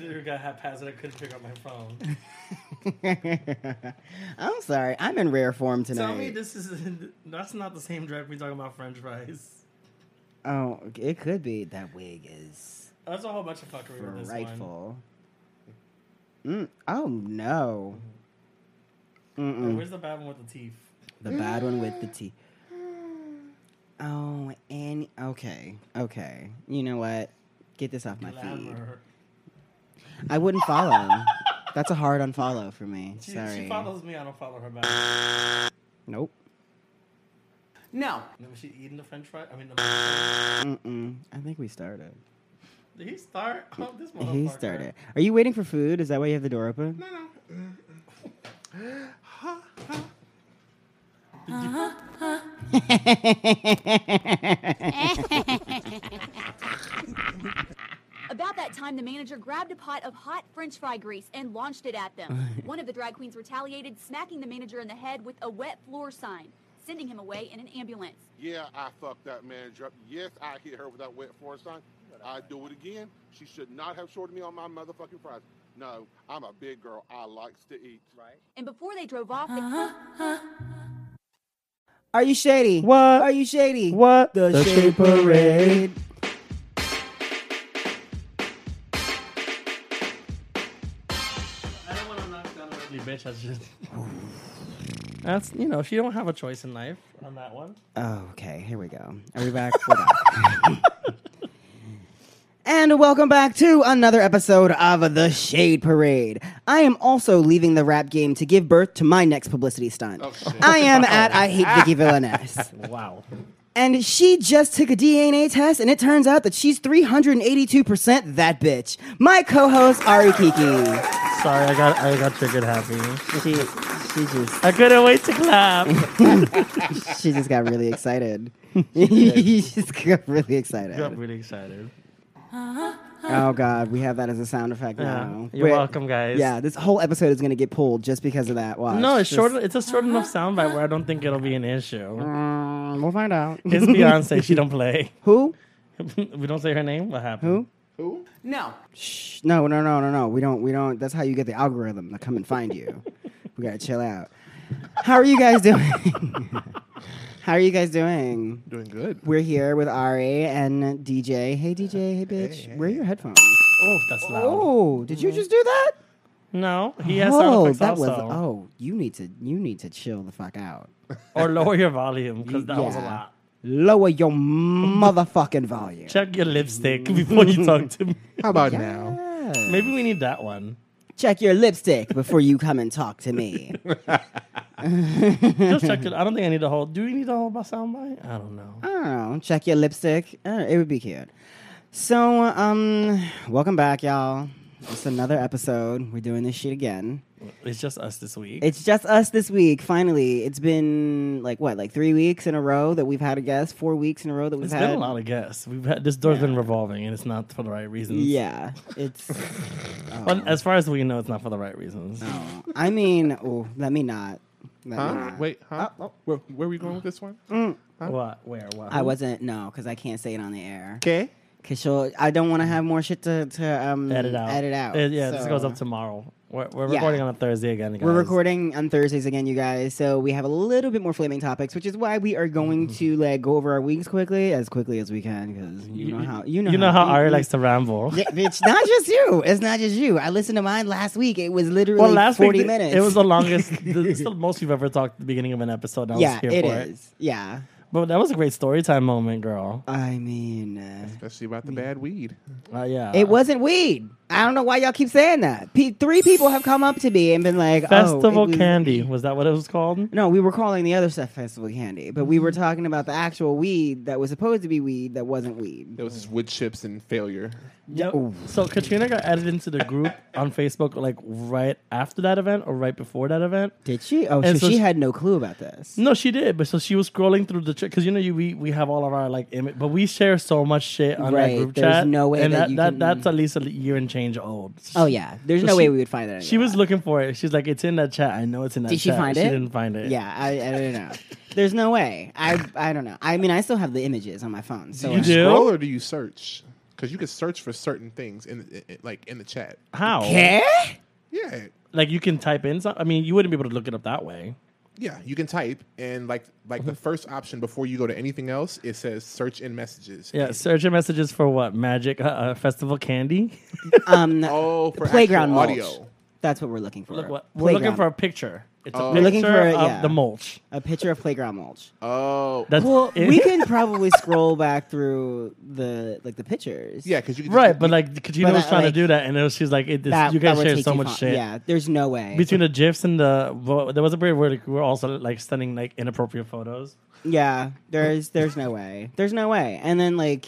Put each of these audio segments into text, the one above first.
You're gonna have pass it. I couldn't pick up my phone. I'm sorry. I'm in rare form tonight. Tell me this is that's not the same drag we talking about French fries. Oh, it could be that wig is That's a whole bunch of fuckery with this one. frightful. Mm, oh no. Mm-hmm. Hey, Mm-mm. Where's the bad one with the teeth? The bad one with the teeth. Oh, and okay, okay. You know what? Get this off my feed. Glamour. I wouldn't follow. That's a hard unfollow for me. She, Sorry. she follows me. I don't follow her back. Nope. No. And Was she eating the French fry? I mean, the, Mm-mm. I think we started. did he start? Oh, this motherfucker. He started. Are you waiting for food? Is that why you have the door open? No, no. About that time, the manager grabbed a pot of hot french fry grease and launched it at them. One of the drag queens retaliated, smacking the manager in the head with a wet floor sign, sending him away in an ambulance. Yeah, I fucked that manager up. Yes, I hit her with that wet floor sign. I do it again. She should not have shorted me on my motherfucking fries. No, I'm a big girl. I likes to eat. Right. And before they drove off, they- Uh-huh. Are you shady? What? Are you shady? What? The, Shade Parade. I don't want to knock down an ugly bitch. I just. That's you know she don't have a choice in life on that one. Oh, okay, here we go. Are we back? We're back. and welcome back to another episode of The Shade Parade. I am also leaving the rap game to give birth to my next publicity stunt. Oh, I am at I Hate Vicky Villaness. Wow. And she just took a DNA test, and it turns out that she's 382% that bitch. My co host, Ari Kiki. Sorry, I got I got triggered happy. She, she just. I couldn't wait to clap. She just got really excited. she just got really excited. got really excited. Oh God, we have that as a sound effect now. you're We're- welcome, guys. Yeah, this whole episode is gonna get pulled just because of that. Watch. No, it's Just- short. It's a short enough soundbite where I don't think it'll be an issue. Mm, we'll find out. It's Beyonce. She don't play. Who? we don't say her name. What happened? Who? No. Shh. No, no, no, no, no. We don't. We don't. That's how you get the algorithm to come and find you. we gotta chill out. How are you guys doing? how are you guys doing? Doing good. We're here with Ari and DJ. Hey DJ. Hey bitch. Where are your headphones? Oh, that's loud. Oh, did you Mm-hmm. just do that? No, he has sound oh, effects that also. was. Oh, you need to. You need to chill the fuck out. Or lower your volume because that was a Yeah. lot. Lower your motherfucking volume. Check your lipstick before you talk to me. How about now? Yeah. Maybe we need that one. Check your lipstick before you come and talk to me. Just check it. I don't think I need a whole. Do we need a whole soundbite? I don't know. I don't know. Oh, Check your lipstick. Uh, it would be cute. So, um, welcome back, y'all. It's another episode. We're doing this shit again. It's just us this week. It's just us this week. Finally, it's been like what, like three weeks in a row that we've had a guest. Four weeks in a row that we've it's had. been a lot of guests. We've had this door's been revolving, and it's not for the right reasons. Yeah, it's. But as far as we know, it's not for the right reasons. I mean, oh, let me not. Let me Huh? not. Wait, huh? Oh, Where, where are we going with this one? What? Where? What? Uh-huh. I wasn't no, because I can't say it on the air. Okay. Cause she'll, I don't want to have more shit to to um edit out. Edit out. Uh, yeah, this So- goes up tomorrow. We're, we're Yeah. recording on a Thursday again. We're guys. recording on Thursdays again, you guys. So we have a little bit more flaming topics, which is why we are going to like go over our weeks quickly, as quickly as we can, because you, know how you know You know how Ari you- likes to ramble. E Yeah, it's not just you. It's not just you. I listened to mine last week. It was literally Well, last forty week, th- minutes. It was the longest, the, it's the most you've ever talked at the beginning of an episode. and I yeah, was here it for it. is. Yeah, But that was a great story time moment, girl. I mean, uh, Especially about the bad weed. Uh, yeah, it wasn't weed. I don't know why y'all keep saying that. P- three people have come up to me and been like, oh, it Festival was- Candy. Was that what it was called? No, we were calling the other stuff festival candy, but we were Mm-hmm. talking about the actual weed that was supposed to be weed that wasn't weed. It was just wood chips and failure. Yep. So Katrina got added into the group on Facebook like right after that event or right before that event. Did she? Oh, And so so she she- Mm. had no clue about this. No, she did. But so she was scrolling through the because you know you we, we have all of our like image, but we share so much shit on that Right, group there's chat. no way and that that, you that can- that's at least a year and change old. Oh yeah, there's So no she- way we would find that. She was looking for it. She's like, it's in that chat. I know it's in that. Did she chat." find it? She didn't find it. Yeah, I, I don't know. There's no way. I I don't know. I mean, I still have the images on my phone. So You I- do? Scroll or do you search? because you could search for certain things in the- i- i- like in the chat. How? Okay. Yeah, Like you can type in something. I mean, you wouldn't be able to look it up that way. yeah. You can type and like like the first option before you go to anything else, it says search in messages. Yeah, search your messages for what? Magic uh, uh, festival candy? Um, Oh, for playground actual mulch. audio. That's what we're looking for. Look what we're looking Playground. for a picture. It's a Oh. picture We're looking for a- of yeah. the mulch. a picture of playground mulch. Oh, That's Well, it. we can probably scroll back through the like the pictures. yeah, because you can right, but like Katrina But, was uh, trying like, to do that, and it was, she's like, it, this, "You guys would share take so too much long. shit." Yeah, there's no way. Between the gifs and the, well, there was a period where like, we were also like sending like inappropriate photos. yeah, there's there's no way. There's no way. And then like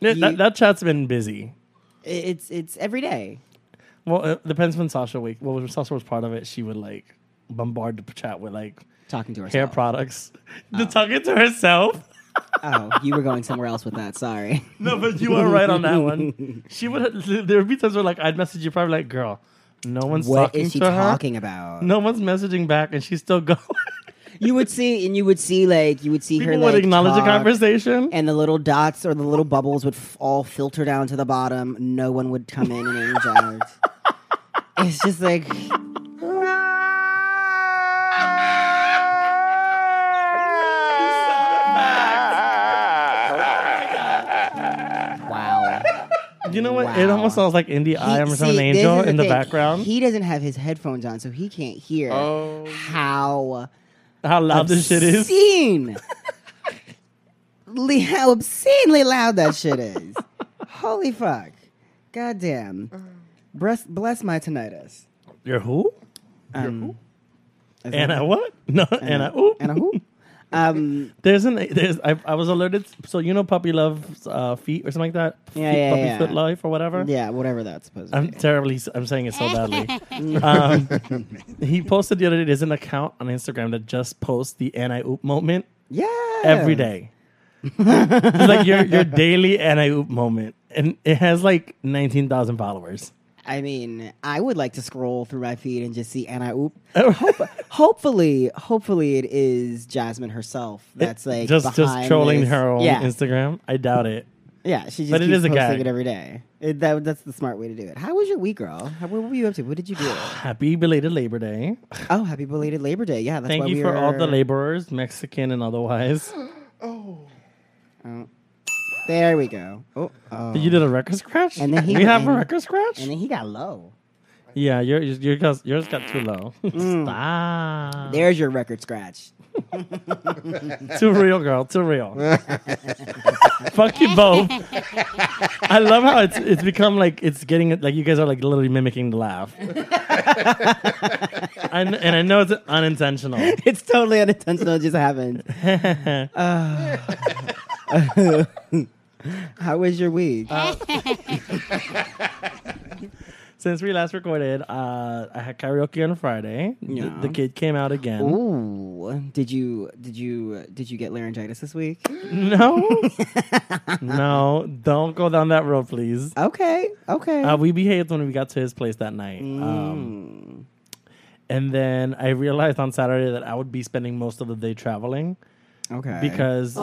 Yeah, You- that, that chat's been busy. it- it's it's every day. Well, it depends when Sasha week. Well, when Sasha was part of it, she would like bombard the chat with like Talking to hair herself. products. The talking to herself. oh, you were going somewhere else with that. Sorry. No, but you are right on that one. She would. There would be times where like I'd message you, probably like, "Girl, no one's what talking is she to talking about? her. No one's messaging back, and she's still going. You would see, and you would see, like you would see People her would like acknowledge the talk, conversation. and the little dots or the little bubbles would f- all filter down to the bottom. No one would come in and interact. it's just like wow. you know what? It almost Wow. sounds like indie I am or He- something see, this angel is in the thing. background. He doesn't have his headphones on, so he can't hear Oh. how How loud this shit is. obscene. Le- how obscenely loud that shit is. Holy fuck. Goddamn. Bless, bless my tinnitus. You're who? Um, is that- Anna what? No, Anna. Oop. Anna who? Um, There's an there's I, I was alerted. So you know, puppy loves uh, feet or something like that. Yeah, feet, yeah, puppy yeah. foot life or whatever. yeah, whatever that's supposed to I'm be. terribly. I'm saying it so badly. um, he posted the other day. There's an account on Instagram that just posts the anti oop moment Yeah. every day. it's like your your daily anti oop moment, and it has like nineteen thousand followers. I mean, I would like to scroll through my feed and just see Anna Oop. Hope, hopefully, hopefully it is Jasmine herself that's like just just behind trolling this. her on yeah, Instagram. I doubt it. yeah. She just But it keeps is a posting gag. it every day. It, that, that's the smart way to do it. How was your week, girl? How, what were you up to? What did you do? Happy belated Labor Day. oh, happy belated Labor Day. Yeah, that's Thank why you we for were, all the laborers, Mexican and otherwise. There we go. Oh, oh. You did a record scratch. And then he- we have a and- record scratch. and then he got low. Uh-huh. yeah, your your yours yours got too low. Mm. Stop. There's your record scratch. Too real, girl. Too real. Fuck you both. I love how it's it's become like it's getting like you guys are like literally mimicking the laugh. I kn- and I know it's unintentional. It's totally unintentional. It just happened. Ah. How was your week? Um, Since we last recorded, uh, I had karaoke on Friday. The- Yeah. The, kid came out again. Ooh, did you did you did you get laryngitis this week? No, no, don't go down that road, please. Okay, okay. Uh, we behaved when we got to his place that night. Um, and then I realized on Saturday that I would be spending most of the day traveling okay. because.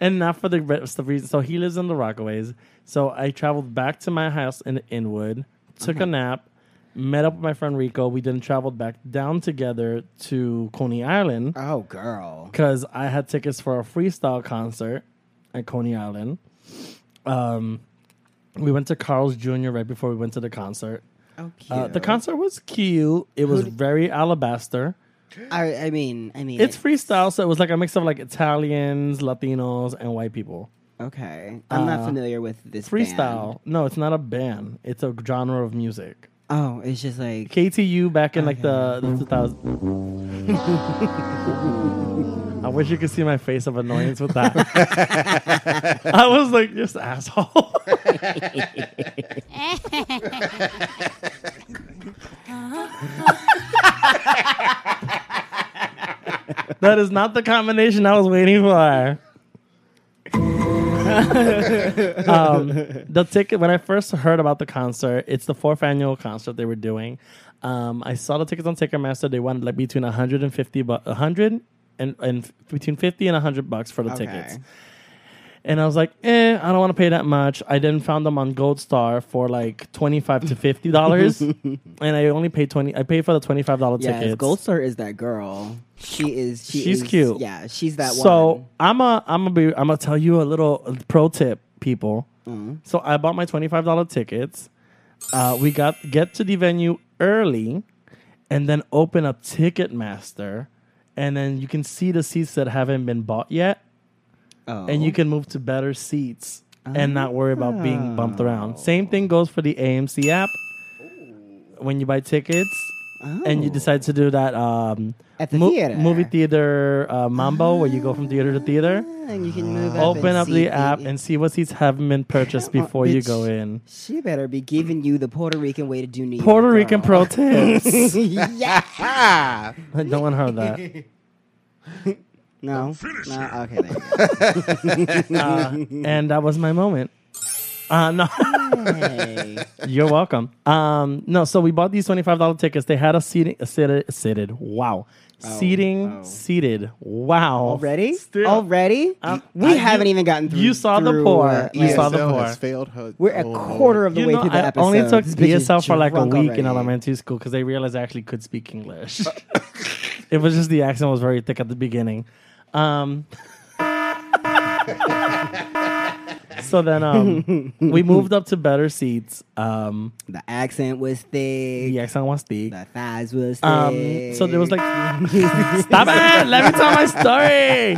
and not for the rest of the reason. So he lives in the Rockaways. So I traveled back to my house in Inwood, took a nap, met up with my friend Rico. We then traveled back down together to Coney Island oh girl. because I had tickets for a freestyle concert at Coney Island. Um, we went to Carl's Jr. right before we went to the concert. Oh cute. Uh, the concert was cute. It was very alabaster. I, I mean, I mean, It's freestyle, so it was like a mix of like Italians, Latinos, and white people. okay. I'm not familiar with this band. Uh, Freestyle. No, it's not a band. It's a genre of music. Oh, it's just like KTU back in like the, the 2000. I wish you could see my face of annoyance with that. I was like, this asshole. that is not the combination I was waiting for. Um, the ticket when I first heard about the concert, it's the fourth annual concert they were doing. Um, I saw the tickets on Ticketmaster. They wanted like between 150 but 100 and, and between 50 and 100 bucks for the Okay. tickets. And I was like, eh, I don't want to pay that much. I then found them on Gold Star for like twenty five to fifty dollars, and I only paid twenty. I paid for the twenty five dollar Yeah, tickets. Gold Star is that girl. She is. She She's is- cute. Yeah, she's that one. So I'm a I'm gonna be I'm gonna tell you a little pro tip, people. Mm-hmm. So I bought my twenty five dollar tickets. Uh, we got get to the venue early, and then open up Ticketmaster, and then you can see the seats that haven't been bought yet, Oh. and you can move to better seats and not worry about being bumped Oh. around. Same thing goes for the AMC app. When you buy tickets, and you Oh. decide to do that um, At the theater. movie theater uh, mambo, where you go from theater to theater. Ah, And you can move up Open and up see the app and see what seats haven't been purchased Come on, before you bitch. go in. She better be giving you the Puerto Rican way to do New York. Puerto Rican pro girl. tips. yeah. Ah, no one heard that. No. no. Okay. There you go. Uh, and that was my moment. Uh, no, Hey. you're welcome. Um, no, so we bought these twenty five dollar tickets. They had us seating, uh, seated, seated. Wow, seating, oh. seated. Wow, Already? Still. Already? Um, we I- haven't you- even gotten through. you saw the through, pour. uh, You saw the ESL pour. has failed her. We're a oh, Lord. quarter of the way through the I episode. only took This bitch is BSL for like a drunk week in already. elementary school because they realized I actually could speak English. it was just the accent was very thick at the beginning. Um, so then um, we moved up to better seats. Um, The accent was thick. the accent was thick. The thighs was thick. Um, so there was like, stop it! Let me tell my story.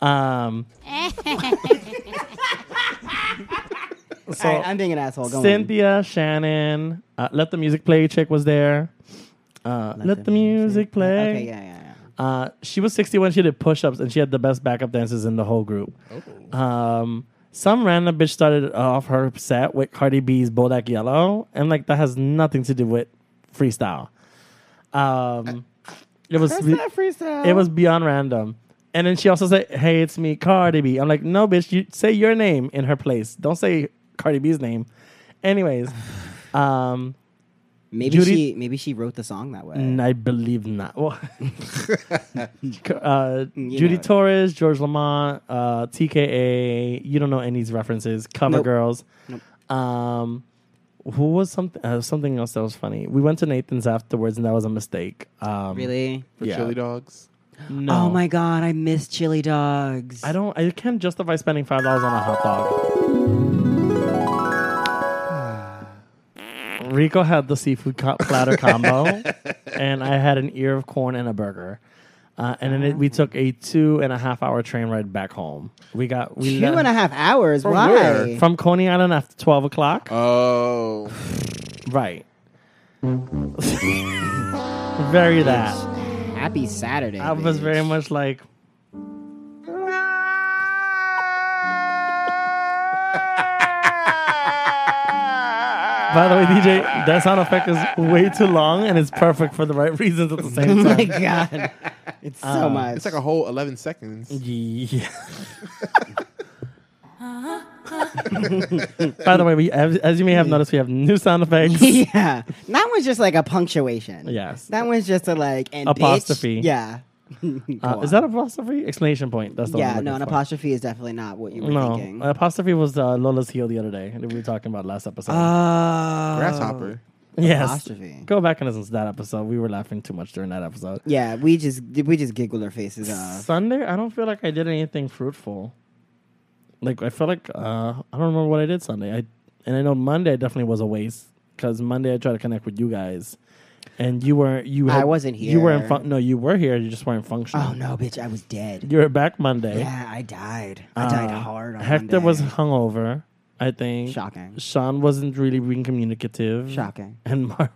Um, so All right, I'm being an asshole. Go on. Cynthia, Shannon, uh, Let the Music Play chick was there. Uh, let, the, music play. Okay, yeah, yeah, yeah. Uh, she was 61. She did push ups and she had the best backup dancers in the whole group. Um, some random bitch started off her set with Cardi B's Bodak Yellow. And like, that has nothing to do with freestyle. Um, it was That's re- not freestyle. it was beyond random. And then she also said, "Hey, it's me, Cardi B." I'm like, "No, bitch, you say your name in her place. Don't say Cardi B's name." Anyways, um, maybe Judy- she maybe she wrote the song that way. n- I believe not. Well, uh, You Judy know. Torres, George Lamont, uh, TKA. You don't know any of these references. Cover Nope. Girls. Um, who was something? Uh, something else that was funny. We went to Nathan's afterwards, and that was a mistake. Um, Really? For Yeah. chili dogs. No. Oh my god, I miss chili dogs. I don't. I can't justify spending five dollars on a hot dog. Rico had the seafood co- platter combo, and I had an ear of corn and a burger. Uh, and then it, we took a two and a half hour train ride back home. We got we Two and a half hours. Why? where? from Coney Island after twelve o'clock. Oh, right. very that. Happy Saturday. I was bitch. very much like. By the way, DJ, that sound effect is way too long and it's perfect for the right reasons at the Oh same my time. god, it's so Um, much. it's like a whole eleven seconds. Yeah. By the way, we as, as you may have noticed, we have new sound effects. yeah, that one's just like a punctuation. Yes. that one's just a like and bitch. Apostrophe. Yeah, Uh, is that an apostrophe? Explanation point. That's the yeah. one. No, I'm an looking for. apostrophe is definitely not what you were No, thinking. an apostrophe was uh, Lola's heel the other day. that We were talking about last episode. Oh. Grasshopper. Oh. yes. apostrophe. Go back and listen to that episode. We were laughing too much during that episode. Yeah, we just we just giggled our faces off. Sunday, I don't feel like I did anything fruitful. Like I feel like uh, I don't remember what I did Sunday. I and I know Monday definitely was a waste because Monday I tried to connect with you guys, and you weren't. You I had- wasn't You weren't. here. Fun- no, you were here. You just weren't functioning. Oh no, bitch! I was dead. You were back Monday. Yeah, I died. I died Uh, hard. On Hector was Monday. hungover. I think Shocking. Sean wasn't really being communicative. Shocking. And Marv,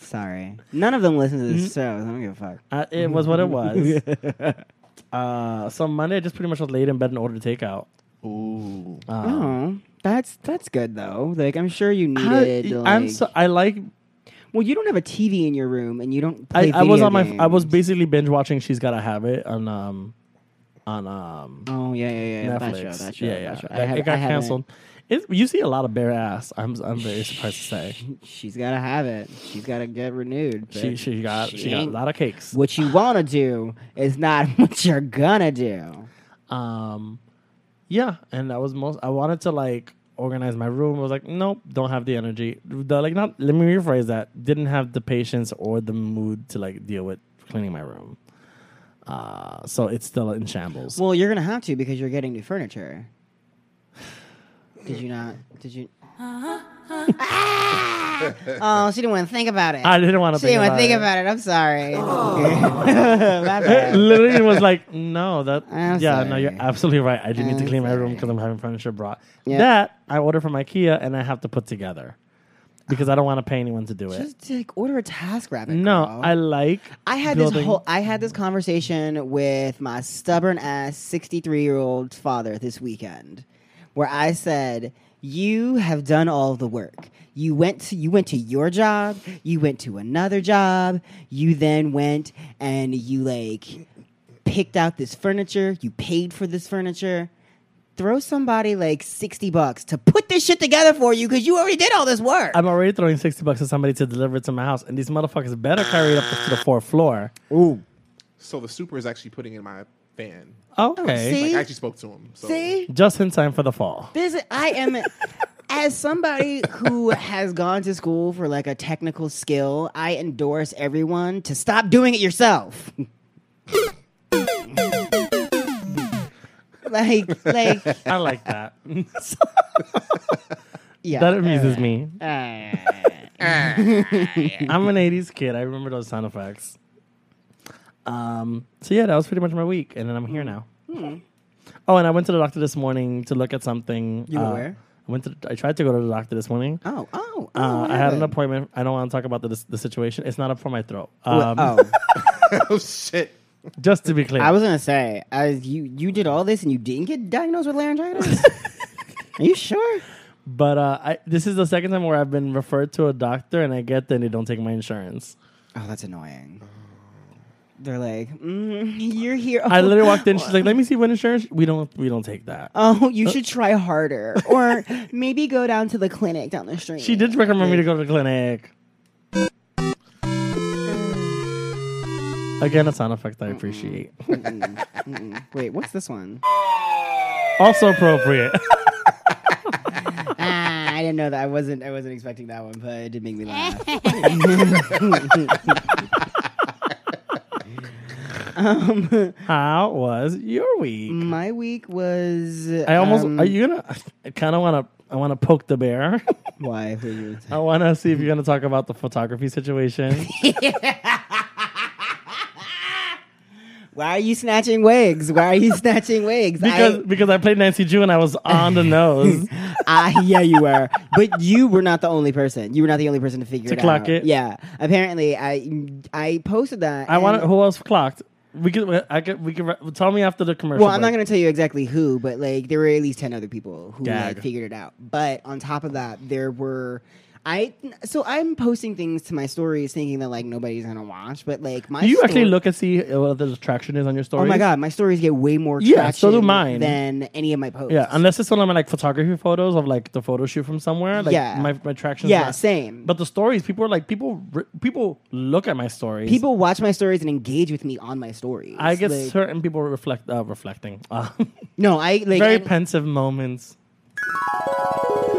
Sorry. None of them listen to Mm-hmm. this show. So I don't give a fuck. I, it was what it was. uh, so Monday, I just pretty much was laid in bed and ordered takeout. Ooh, Oh, that's that's good though. Like I'm sure you needed. I, like, I'm so I like well, you don't have a TV in your room, and you don't. Play I, I was video on my I was games. basically binge watching She's Gotta Have It on um on um Oh yeah, yeah, yeah. yeah, That Netflix. show, that show, yeah, that yeah. show. That- have- it got haven't- canceled. It, you see a lot of bare ass. I'm I'm very surprised to say She's gotta have it. She's gotta get renewed. she bitch. she got she, got a ain't- lot of cakes. What you wanna do is not what you're gonna do. Um, Yeah, and that was most. I wanted to like organize my room. I was like, nope, don't have the energy. The, like, not. Let me rephrase that. Didn't have the patience or the mood to like deal with cleaning my room. Uh, so it's still in shambles. Well, you're gonna have to because you're getting new furniture. Did you not? Did you? Ah! oh, she didn't want to think about it. I didn't want to she didn't think want about to think it. about it. I'm sorry. My bad. Literally was like, no, that. I'm yeah, no, sorry. you're absolutely right. I do need to I'm clean my room sorry. because I'm having furniture brought. Yeah. That I order from IKEA and I have to put together because I don't want to pay anyone to do it. Just like order a task rabbit. no, girl. I like. I had building. this whole I had this conversation with my stubborn ass 63 year old father this weekend where I said, You have done all the work. You went to you went to your job, you went to another job, you then went and you like picked out this furniture, you paid for this furniture. Throw somebody like 60 bucks to put this shit together for you because you already did all this work. I'm already throwing 60 bucks at somebody to deliver it to my house, and these motherfuckers better carry it up to the fourth floor. Ooh. So the super is actually putting in my fan. Okay. Oh, See? Like, I actually spoke to him. So. See? Just in time for the fall. This I am as somebody who has gone to school for like a technical skill, I endorse everyone to stop doing it yourself. like like I like that. yeah. that amuses me. Uh, I'm an 80s kid. I remember those sound effects. Um, so, yeah, that was pretty much my week, and then I'm here now. Hmm. Oh, and I went to the doctor this morning to look at something. Uh, You were where? I, went to, I tried to go to the doctor this morning. oh, oh, oh Uh, what I had an happened? appointment. I don't want to talk about the, the situation. It's not up for my throat. Um, What- oh, oh shit. Just to be clear. I was gonna say, I, you you did all this and you didn't get diagnosed with laryngitis. Are you sure? But uh, I, this is the second time where I've been referred to a doctor and I get there and they don't take my insurance. Oh, that's annoying. They're like, mm, you're here. I literally walked in. She's like, "Let me see what insurance." We don't. We don't take that. Oh, Uh, you should try harder, or maybe go down to the clinic down the street. she did recommend me to go to the clinic. Again, a sound effect I appreciate. mm, Wait, what's this one? also appropriate. ah, I didn't know that. I wasn't. I wasn't expecting that one, but it did make me laugh. um, How was your week? my week was. I almost. um, are you gonna? I kind of want to. I want to poke the bear. Why? What you would say? I want to see if you're gonna talk about the photography situation. Why are you snatching wigs? Why are you snatching wigs? because because I played Nancy Drew and I was on the nose. I, I Ah, yeah, you were, but you were not the only person. You were not the only person to figure To it clock out. it. Yeah, apparently I I posted that. I and- want to. Who else clocked? We could. I could. We could. re- Tell me after the commercial. Well, I'm not break. going to tell you exactly who, but like there were at least 10 other people who Gag. like, figured it out. But on top of that, there were I so I'm posting things to my stories thinking that like nobody's going to watch, but like my Do you actually story- look and see what the attraction is on your story? Oh my god, my stories get way more Yeah, so do traction mine. than any of my posts. Yeah, unless it's one of my like photography photos of like the photo shoot from somewhere. Like Yeah. my my attraction. Yeah, same. But the stories, people are like people. r- People look at my stories. people watch my stories and engage with me on my stories. I get Like, certain people reflect uh, reflecting. Uh, No, I like very and- pensive moments.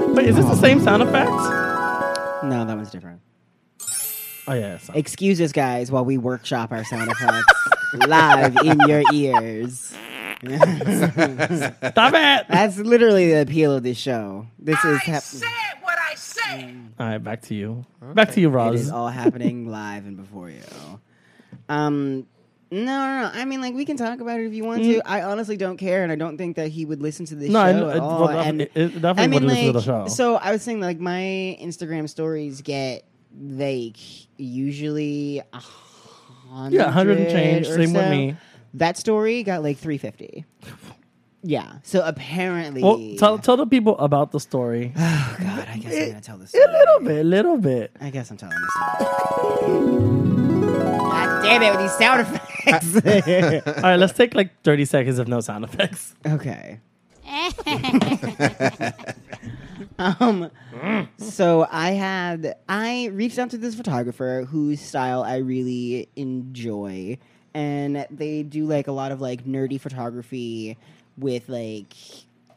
Wait, is this the same sound effect? Oh No, that one's different. yeah. it's not. Excuse us, guys, while we workshop our sound effects live in your ears. Stop it! That's literally the appeal of this show. This is hap- what I said. All right, back to you. Back to you, it is Roz. all happening live and before you. Um, no, no, no. I mean, like we can talk about it if you want to. I honestly don't care, and I don't think that he would listen to this Mm. No, I show know- at it- all. well, and it- it definitely wouldn't listen to the show. So I was saying, like my Instagram stories get like usually a hundred, Yeah, 100 and change, or same with so. me. That story got like three fifty. Yeah. So apparently, Well, tell tell the people about the story. Oh God, I guess I'm gonna tell this. A story. little bit, a little bit. I guess I'm telling this. God damn it with these sound effects. All right, let's take like 30 seconds of no sound effects. okay. um, so I had I reached out to this photographer whose style I really enjoy, and they do like a lot of like nerdy photography with like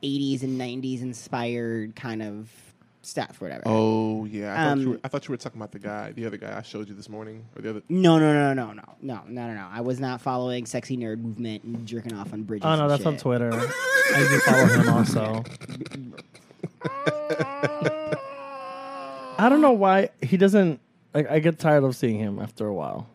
80s and 90s inspired kind of stuff, whatever. Oh yeah, I thought, you Um, were, I thought you were talking about the guy, the other guy I showed you this morning, or the other. No, no, no, no, no, no, no, no, no. I was not following sexy nerd movement and jerking off on bridges. Oh no, and that's on shit. Twitter. I do follow him also. I don't know why he doesn't. Like, I get tired of seeing him after a while.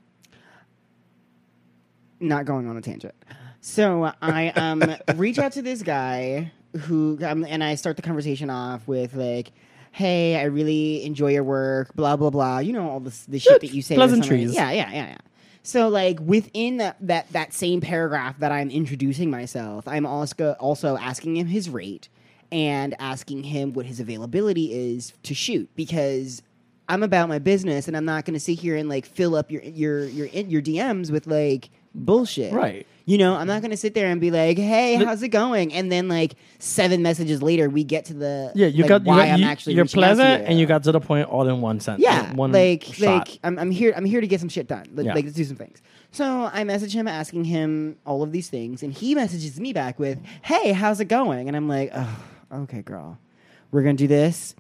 Not going on a tangent. So I um reach out to this guy who um, and I start the conversation off with like, "Hey, I really enjoy your work. Blah blah blah. You know all this the shit that you say. or something. pleasantries. Yeah, yeah, yeah, yeah. So like within that, that that same paragraph that I'm introducing myself, I'm also also asking him his rate and asking him what his availability is to shoot because I'm about my business and I'm not going to sit here and like fill up your your your your DMs with like bullshit. Right. You know, I'm not going to sit there and be like, "Hey, how's it going?" and then like seven messages later we get to the Yeah, you like, got. You why got- I'm you, actually you're reaching out to pleasant, and you got to the point all in one sentence. yeah, one like shot. like I'm, I'm here I'm here to get some shit done. Like, Yeah. like let's do some things. So I message him asking him all of these things, and he messages me back with, "Hey, how's it going?" And I'm like, oh, "Okay, girl, we're gonna do this."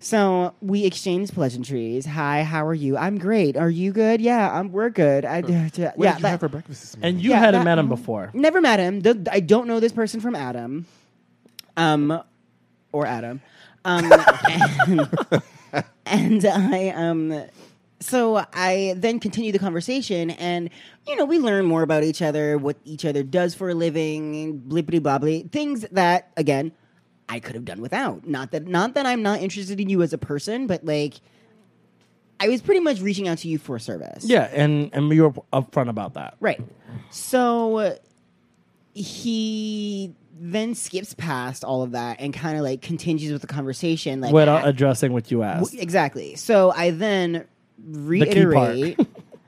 So we exchange pleasantries. Hi, how are you? I'm great. Are you good? Yeah, I'm, we're good. I, yeah, What did you that- have for breakfast this morning? and you yeah, hadn't that- met him before. Never met him. Th- I don't know this person from Adam, um, or Adam. Um, and, and I um, so I then continue the conversation, and you know we learn more about each other, what each other does for a living, blippity blobbly things that again I could have done without. Not that not that I'm not interested in you as a person, but like. I was pretty much reaching out to you for service. Yeah, and and we were upfront about that. Right. So he then skips past all of that and kind of like continues with the conversation. Like without addressing what you w- asked. exactly. So I then key part. reiterate.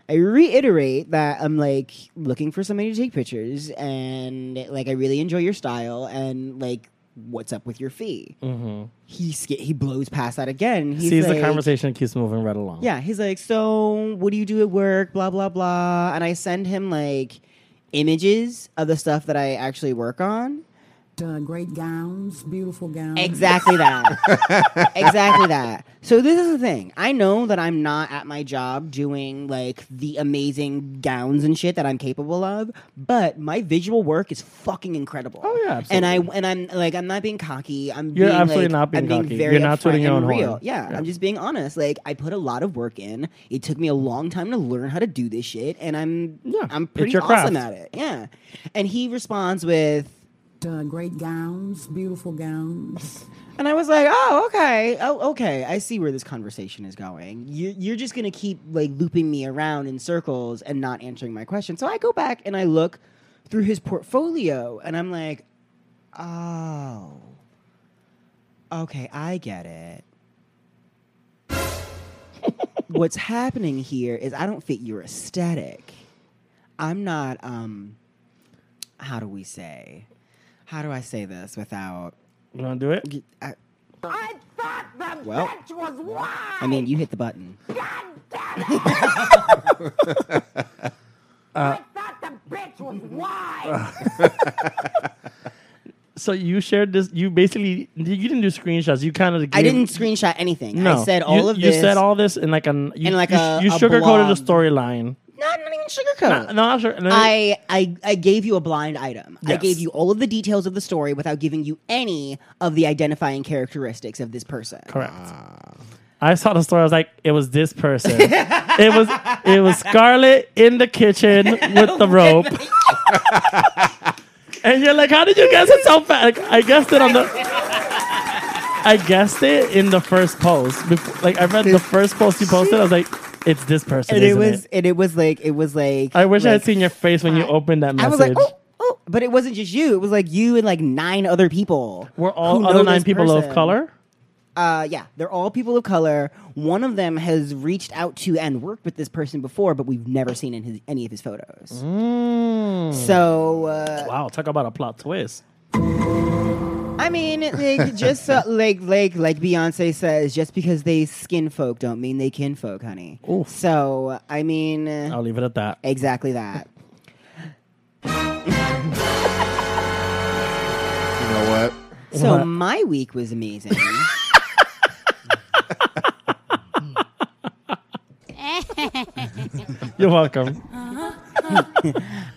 I reiterate that I'm like looking for somebody to take pictures, and like I really enjoy your style, and like what's up with your fee? hmm He sk- he blows past that again. He's Sees the like- conversation keeps moving right along. yeah, he's like, so what do you do at work? Blah blah blah. And I send him like images of the stuff that I actually work on. uh, great gowns, beautiful gowns. Exactly that. exactly that. So this is the thing. I know that I'm not at my job doing like the amazing gowns and shit that I'm capable of, but my visual work is fucking incredible. Oh, yeah, And I and I'm like I'm not being cocky. I'm You're being, absolutely like, not being I'm being cocky. Very You're not upfront tooting your and own real. horn. Yeah, Yeah. I'm just being honest. Like I put a lot of work in. It took me a long time to learn how to do this shit, and I'm Yeah, I'm it's pretty your awesome craft. at it. Yeah. And he responds with uh, great gowns, beautiful gowns. And I was like, oh, okay. Oh, okay. I see where this conversation is going. You, you're just going to keep like looping me around in circles and not answering my question. So I go back and I look through his portfolio and I'm like, oh, okay. I get it. What's happening here is I don't fit your aesthetic. I'm not, um, how do we say? How do I say this without. You want to do it? I, I thought the Well, bitch was wide. I mean, you hit the button. God damn it! I thought the bitch was wide. So you shared this. You basically you didn't do screenshots. You kind of I didn't screenshot anything. No, I said all you, of you this. said all this in like an you, in like you, a- you a sugarcoated blog. the storyline. Not, not even sugarcoat. No, not sure. and then- I, I I gave you a blind item. I Yes. gave you all of the details of the story without giving you any of the identifying characteristics of this person. correct. I saw the story. I was like, it was this person. it was it was Scarlet in the kitchen with the rope. and you're like, how did you guess it so fast? Like, I guessed it on the. I guessed it in the first post. Bef- Like I read the first post you posted. I was like, it's this person. And it isn't was and it was like it was like I wish I had like- seen your face when you opened that I was message. like oh, oh but it wasn't just you. It was like you and like nine other people. Were who all know other nine this people of person. color? Uh, yeah, they're all people of color. One of them has reached out to and worked with this person before, but we've never seen in his, any of his photos. Mm. So uh, Wow, talk about a plot twist. I mean, like just so, like like like Beyonce says, just because they skin folk don't mean they kin folk, honey. Oof. So I mean, uh, I'll leave it at that. exactly that. You know what? So What? my week was amazing. You're welcome.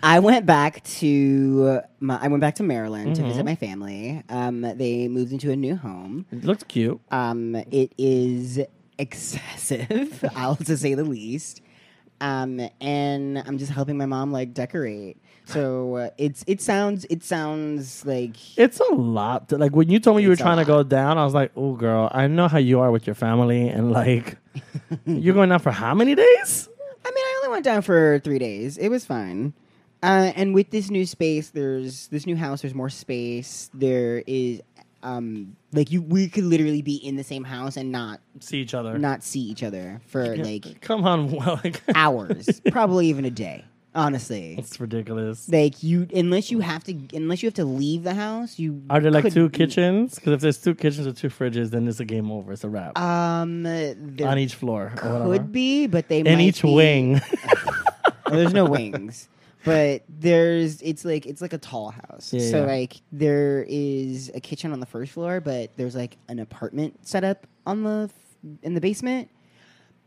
I went back to my, I went back to Maryland to Mm-hmm. visit my family. Um, they moved into a new home. It looks cute. Um, it is excessive, I'll to say the least. Um, and I'm just helping my mom like decorate. So uh, it's it sounds it sounds like It's a lot. To, like when you told me you were It's a trying to go lot. down, I was like, "Oh, girl, I know how you are with your family, and like, you're going out for how many days?" I mean, I only went down for three days. It was fine. Uh, and with this new space, there's this new house. There's more space. There is, um, like you, we could literally be in the same house and not See each other. not see each other for like Come on, well, like, Ah. hours, probably even a day. Honestly, it's ridiculous. like you, unless you have to, unless you have to leave the house, you Are there like could- two kitchens? Because if there's two kitchens or two fridges, then it's a game over. It's a wrap Um, there on e- each floor or whatever. could be, but they In might each be- wing. Well, there's no wings, but there's it's like it's like a tall house. Yeah, so yeah. like there is a kitchen on the first floor, but there's like an apartment set up on the f- in the basement.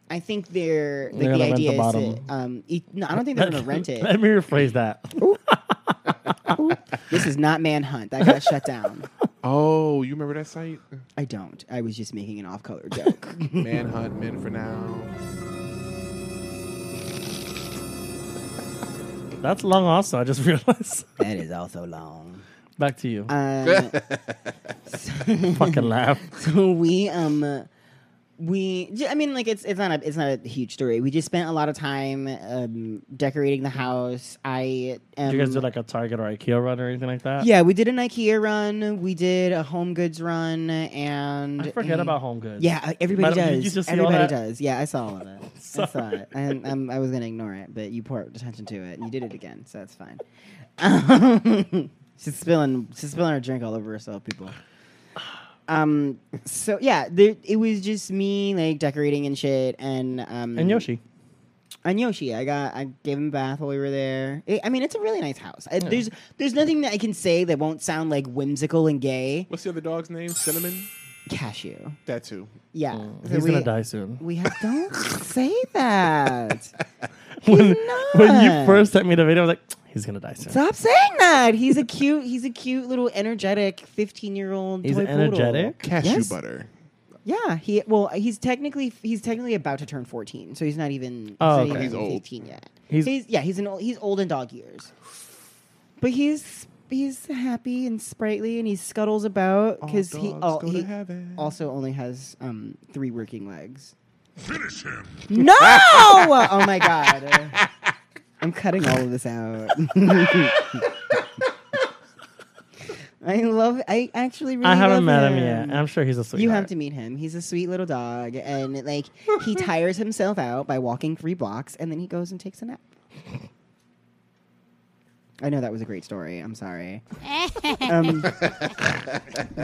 I think they're They're like the gonna rent idea the is bottom. to, um e- no, I don't think they're gonna rent it. Let me rephrase that. This is not manhunt. That got shut down. Oh, you remember that site? I don't. I was just making an off color joke. Manhunt, men for now. That's long, also. I just realized. that is also long. Back to you. Um, Fucking laugh. So we um we j- I mean like it's it's not a it's not a huge story. We just spent a lot of time um decorating the house. I am Did you guys do like a Target or IKEA run or anything like that? Um, Yeah, we did an IKEA run, we did a home goods run and I forget about Home Goods. Yeah, uh, everybody Madam, did does. you just see all everybody that? does. Yeah, I saw all of it. I saw it. I, um, I was gonna ignore it, but you poured attention to it, and you did it again, so that's fine. Um, she's spilling, she's spilling her drink all over herself, people. Um. So yeah, there, it was just me like decorating and shit, and um, And Yoshi. and Yoshi. I got, I gave him a bath while we were there. I I mean, it's a really nice house. I, There's, there's nothing that I can say that won't sound like whimsical and gay. What's the other dog's name? Cinnamon? Cashew. That too. Yeah, So Mm. He's we- gonna die soon. we have don't say that. When, not. when you first sent me the video, I was like, he's gonna die soon. Stop saying that. He's a cute. He's a cute little energetic fifteen year old. He's toy energetic? Cashew Yes. butter. Poodle. Yeah. He well, he's technically he's technically about to turn fourteen, so he's not even. He's Oh, not okay. even He's old. Fifteen yet. He's- He's, yeah. He's an old. He's old in dog years. But he's he's happy and sprightly, and he scuttles about because he dogs oh, go to he heaven. also only has um three working legs. Finish him. No! oh my god. I'm cutting all of this out. I love. I actually really. I haven't love met him yet. him. I'm sure he's a sweetheart. You have to meet him. He's a sweet little dog, and like he tires himself out by walking three blocks, and then he goes and takes a nap. I know that was a great story. I'm sorry. um,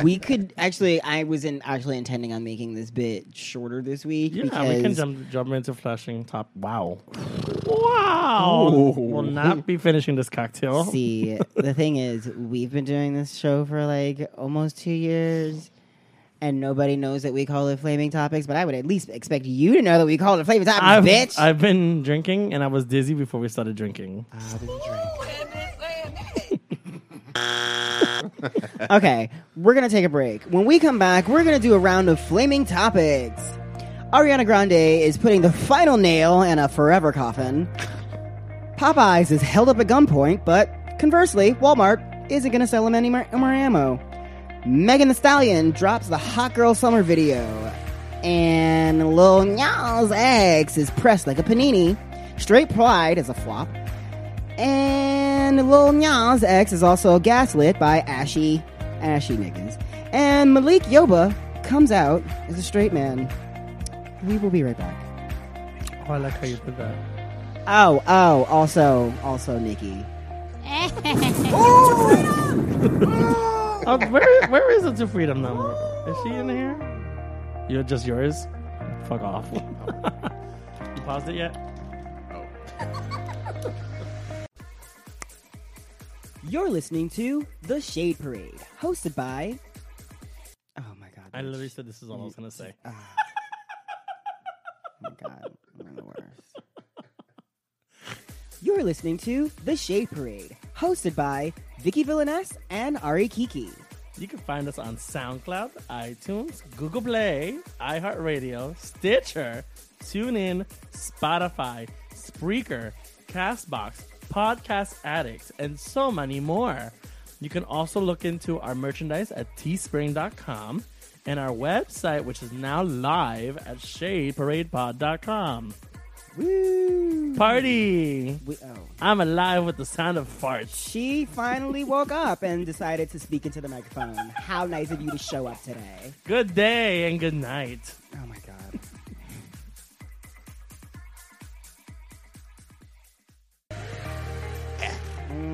we could actually. I was in, actually intending on making this bit shorter this week. Yeah, because we can jump jump into flashing top. Wow, wow. We'll not be finishing this cocktail. See, the thing is, we've been doing this show for like almost two years, and nobody knows that we call it flaming topics. But I would at least expect you to know that we call it flaming topics, I've, bitch. I've been drinking and I was dizzy before we started drinking. okay, we're gonna take a break. When we come back, we're gonna do a round of flaming topics. Ariana Grande is putting the final nail in a forever coffin. Popeyes is held up at gunpoint, but conversely, Walmart isn't gonna sell him any more, more ammo. Megan the Stallion drops the Hot Girl Summer video, and Lil Nas X is pressed like a panini. Straight Pride is a flop. And Lil Nas X is also gaslit by Ashy, Ashy niggas. And Malik Yoba comes out as a straight man. We will be right back. Oh, I like how you put that. Oh, oh, also, also Nikki. Oh, where where is the to freedom number? Is she in here? You're just yours. Fuck off. you paused it yet? You're listening to The Shade Parade, hosted by literally said this is all I was gonna say. Oh my god, I'm the worst. You're listening to The Shade Parade, hosted by Vicky Villaness and Ari Kiki. You can find us on SoundCloud, iTunes, Google Play, iHeartRadio, Stitcher, TuneIn, Spotify, Spreaker, Castbox, Podcast Addicts, and so many more. You can also look into our merchandise at teespring.com and our website, which is now live at shadeparadepod.com. Woo! Party! We, oh. I'm alive with the sound of farts. She finally woke up and decided to speak into the microphone. How nice of you to show up today. Good day and good night. Oh my god.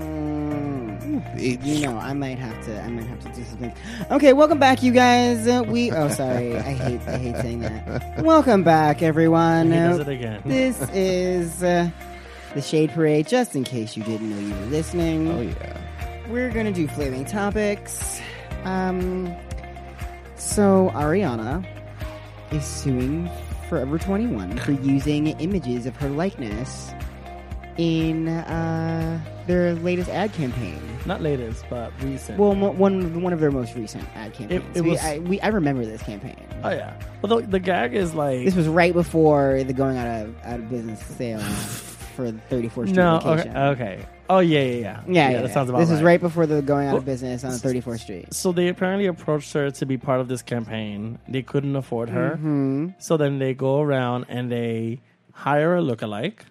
Mm. You know, I might have to. I might have to do something. Okay, welcome back, you guys. Uh, We. Oh, sorry. I hate. I hate saying that. Welcome back, everyone. He does it again. This is uh, the Shade Parade. Just in case you didn't know you were listening. Oh yeah. We're gonna do flaming topics. Um, so Ariana is suing Forever 21 for using images of her likeness in uh, their latest ad campaign. Not latest, but recent. Well, mo- one one of their most recent ad campaigns. it we, was- I, we, I remember this campaign. Oh yeah. Well, the, the gag is like This was right before the going out of out of business sale for the 34th Street no. Okay, location. okay. Oh yeah, yeah, yeah. Yeah, yeah, that yeah. sounds about This right. is right before the going out Well, of business on 34th Street. So they apparently approached her to be part of this campaign. They couldn't afford her, Mm-hmm. so then they go around and they hire a lookalike,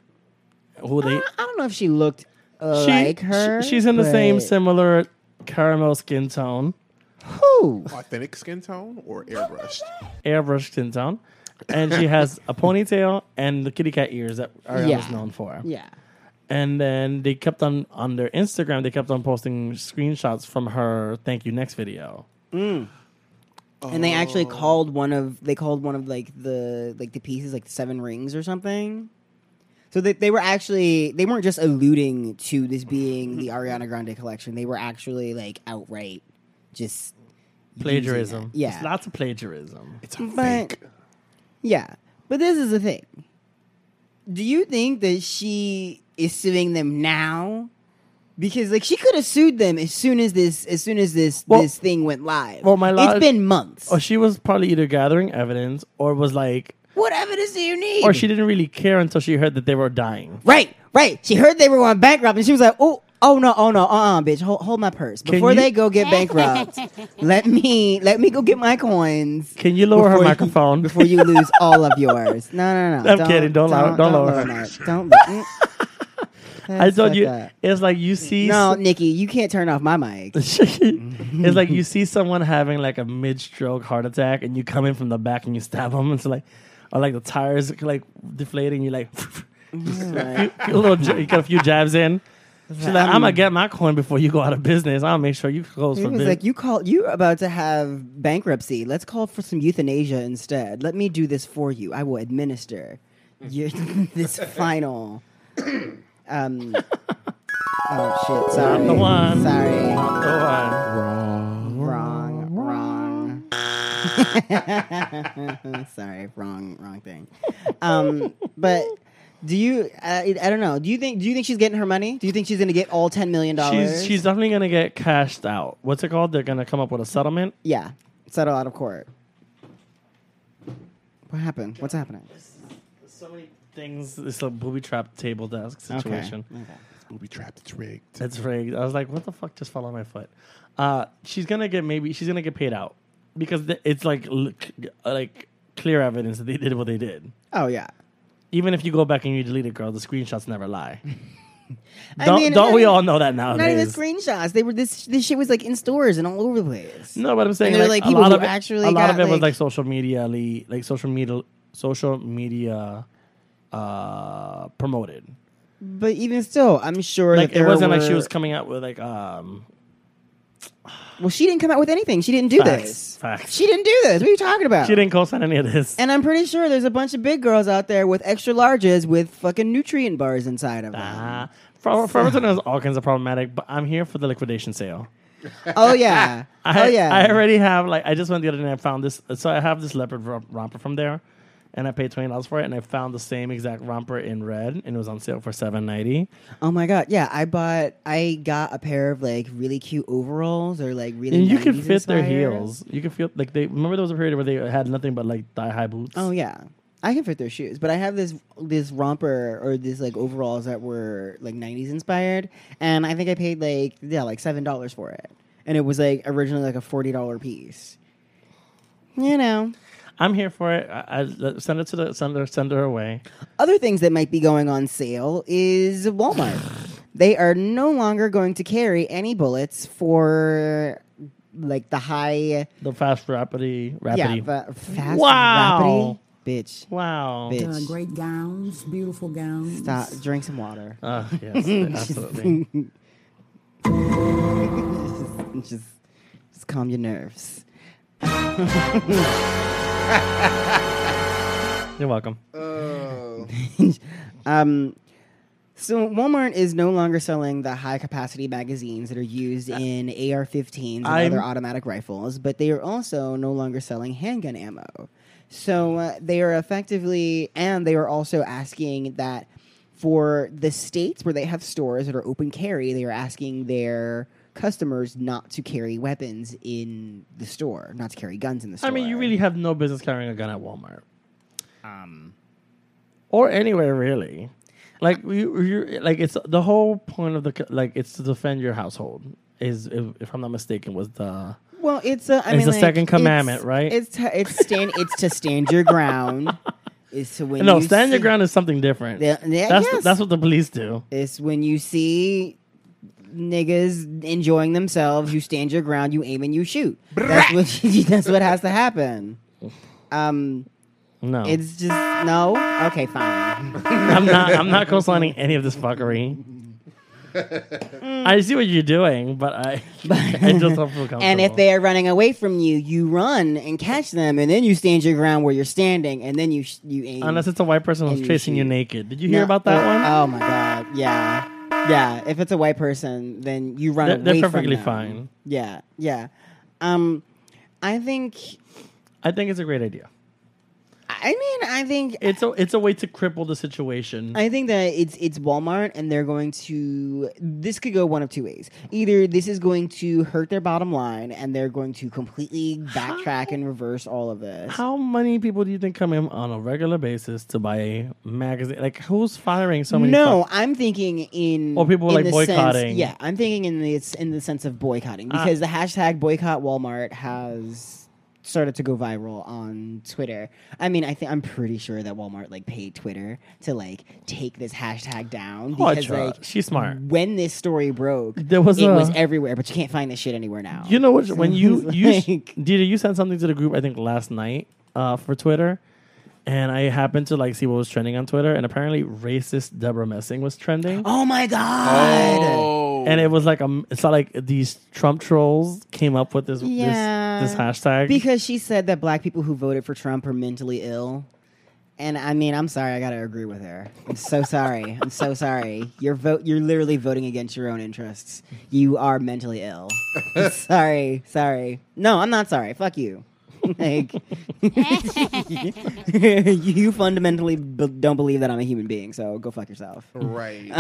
who they I I don't know if she looked uh, she- like her. she- she's in the same but- similar caramel skin tone, Who? Authentic skin tone or airbrushed? airbrush skin tone, and she has a ponytail and the kitty cat ears that Ariana's Yeah. known for. Yeah. And then they kept on on their Instagram. They kept on posting screenshots from her "Thank You Next" video. And they actually called one of they called one of like the like the pieces like seven rings or something. So they they were actually they weren't just alluding to this being the Ariana Grande collection. They were actually like outright just Plagiarism, Yeah. There's lots of plagiarism. It's a But- fake. Yeah. But this is the thing. Do you think that she is suing them now? Because like she could have sued them as soon as this as soon as this Well- this thing went live. well, my Oh, lodge- It's been months. Or she was probably either gathering evidence or was like, what evidence do you need? or she didn't really care until she heard that they were dying. Right, right. She heard they were going bankrupt and she was like, "Oh, oh no, oh no, uh-uh, bitch. Hold, hold my purse. Before you- they go get bankrupt, let me let me go get my coins." Can you lower her before you- microphone? before you lose all of yours. No, no, no. I'm kidding. Don't lower- don't lower her. that. Don't. mm. I That's told fucked you, up. it's like you see. No, s- Nikki, you can't turn off my mic. it's like you see someone having like a mid-stroke heart attack, and you come in from the back and you stab them. It's like, or like the tires like deflating. You like, Right. a little, j- you got a few jabs in. She's like, I'm gonna get my coin before you go out of business. I'll make sure you close He for was business. like, "You call. You about to have bankruptcy. Let's call for some euthanasia instead. Let me do this for you. I will administer your, this final." Um. Oh shit! Sorry. Not the one. Sorry. Go on. Wrong. Wrong. sorry. Wrong. Wrong thing. Um. But. Do you? I, I don't know. Do you think? Do you think she's getting her money? Do you think she's going to get all ten million dollars? She's she's definitely gonna get cashed out. What's it called? They're gonna come up with a settlement. Yeah, settle out of court. What happened? What's happening? So many things. It's a booby trap table desk situation. Okay. okay. Booby trapped. It's rigged. That's rigged. I was like, what the fuck just fell on my foot? Uh, she's gonna get maybe she's gonna get paid out because th- it's like l- c- uh, like clear evidence that they did what they did. Oh yeah. Even if you go back and you delete it, girl, the screenshots never lie. I don't mean, don't not we even- all know that Not even nowadays? screenshots. They were this. This shit was like in stores and all over the place. No, but I'm saying there like, were, like, people a lot who of it, actually a lot got, of it was like- like social media, like social media, social media uh, promoted. But even still, I'm sure Like that there it wasn't like were- she was coming out with like um well, she didn't come out with anything. She didn't do Facts. this. Facts. She didn't do this. What are you talking about? she didn't co-sign any of this. And I'm pretty sure there's a bunch of big girls out there with extra larges with fucking nutrient bars inside of them. Ah, Forever Forever 21 has all kinds of problematic, but I'm here for the liquidation sale. Oh yeah. I, oh yeah. I already have like I just went the other day and I found this. So I have this leopard rom- romper from there, and I paid twenty dollars for it, and I found the same exact romper in red, and it was on sale for seven ninety. oh my god. Yeah, I bought. I got a pair of like really cute overalls or like really. And you could 90s fit their inspired. heels. You could feel like they remember there was a period where they had nothing but like thigh high boots. Oh yeah. I can fit their shoes, but I have this this romper or this like overalls that were like '90s inspired, and I think I paid like yeah like seven dollars for it, and it was like originally like a forty dollar piece. You know, I'm here for it. I, I send it to the send her send her away. Other things that might be going on sale is Walmart. they are no longer going to carry any bullets for like the high The fast rapidy rapidy. yeah the fast Wow. rapidity. bitch. wow. Bitch. There are Uh, great gowns, beautiful gowns. Stop. Drink some water. Uh, yes, absolutely. just, just calm your nerves. You're welcome. Um, so Walmart is no longer selling the high capacity magazines that are used in AR-15s and I'm- other automatic rifles, but they are also no longer selling handgun ammo. So uh, they are effectively, and they are also asking that for the states where they have stores that are open carry, they are asking their customers not to carry weapons in the store, not to carry guns in the store. I mean, you really have no business carrying a gun at Walmart. Um, or anywhere really. Like you, you, like it's the whole point of the c- like it's to defend your household. Is if, if I'm not mistaken, was the Well, it's a. I It's mean, the like, second commandment, it's- right? It's to, it's stand it's to stand your ground. Is to when no you stand your see- ground is something different. Yeah, yeah, that's yes. that's what the police do. It's when you see niggas enjoying themselves. You stand your ground. You aim and you shoot. That's what that's what has to happen. Um, No, it's just no. Okay, fine. I'm not. I'm not co-signing any of this fuckery. I see what you're doing, but I, I just don't feel comfortable. And if they are running away from you, you run and catch them, and then you stand your ground where you're standing, and then you sh- you aim. unless it's a white person who's And you chasing you shoot. naked, did you No, hear about that uh, one? Oh my god, yeah, yeah. If it's a white person, then you run They're- away they're from perfectly them. fine. Yeah, yeah. Um, I think. I think it's a great idea. I mean, I think. It's a it's a way to cripple the situation. I think that it's it's Walmart, and they're going to. This could go one of two ways. Either this is going to hurt their bottom line, and they're going to completely backtrack and reverse all of this. How many people do you think come in on a regular basis to buy a magazine? Like who's firing so many? No, fuck- I'm thinking in Or people, in like, the sense- boycotting. yeah, I'm thinking in the it's in the sense of boycotting Ah. because the hashtag boycott Walmart has started to go viral on Twitter. I mean, I think I'm pretty sure that Walmart like paid Twitter to like take this hashtag down because Quatra. like she's smart. when this story broke, There was it a- was everywhere, but you can't find this shit anywhere now. You know what? When you you Like- Dita, you sent something to the group I think last night uh, for Twitter, and I happened to like see what was trending on Twitter, and apparently racist Deborah Messing was trending, Oh my god. Oh. Oh, and it was like um, it's not like these Trump trolls came up with this Yeah. this, this hashtag Because she said that black people who voted for Trump are mentally ill. And I mean, I'm sorry, I gotta agree with her. I'm so sorry. I'm so sorry. Your vote you're literally voting against your own interests. You are mentally ill. sorry, sorry. No, I'm not sorry. Fuck you. like you fundamentally b- don't believe that I'm a human being, so go fuck yourself. Right.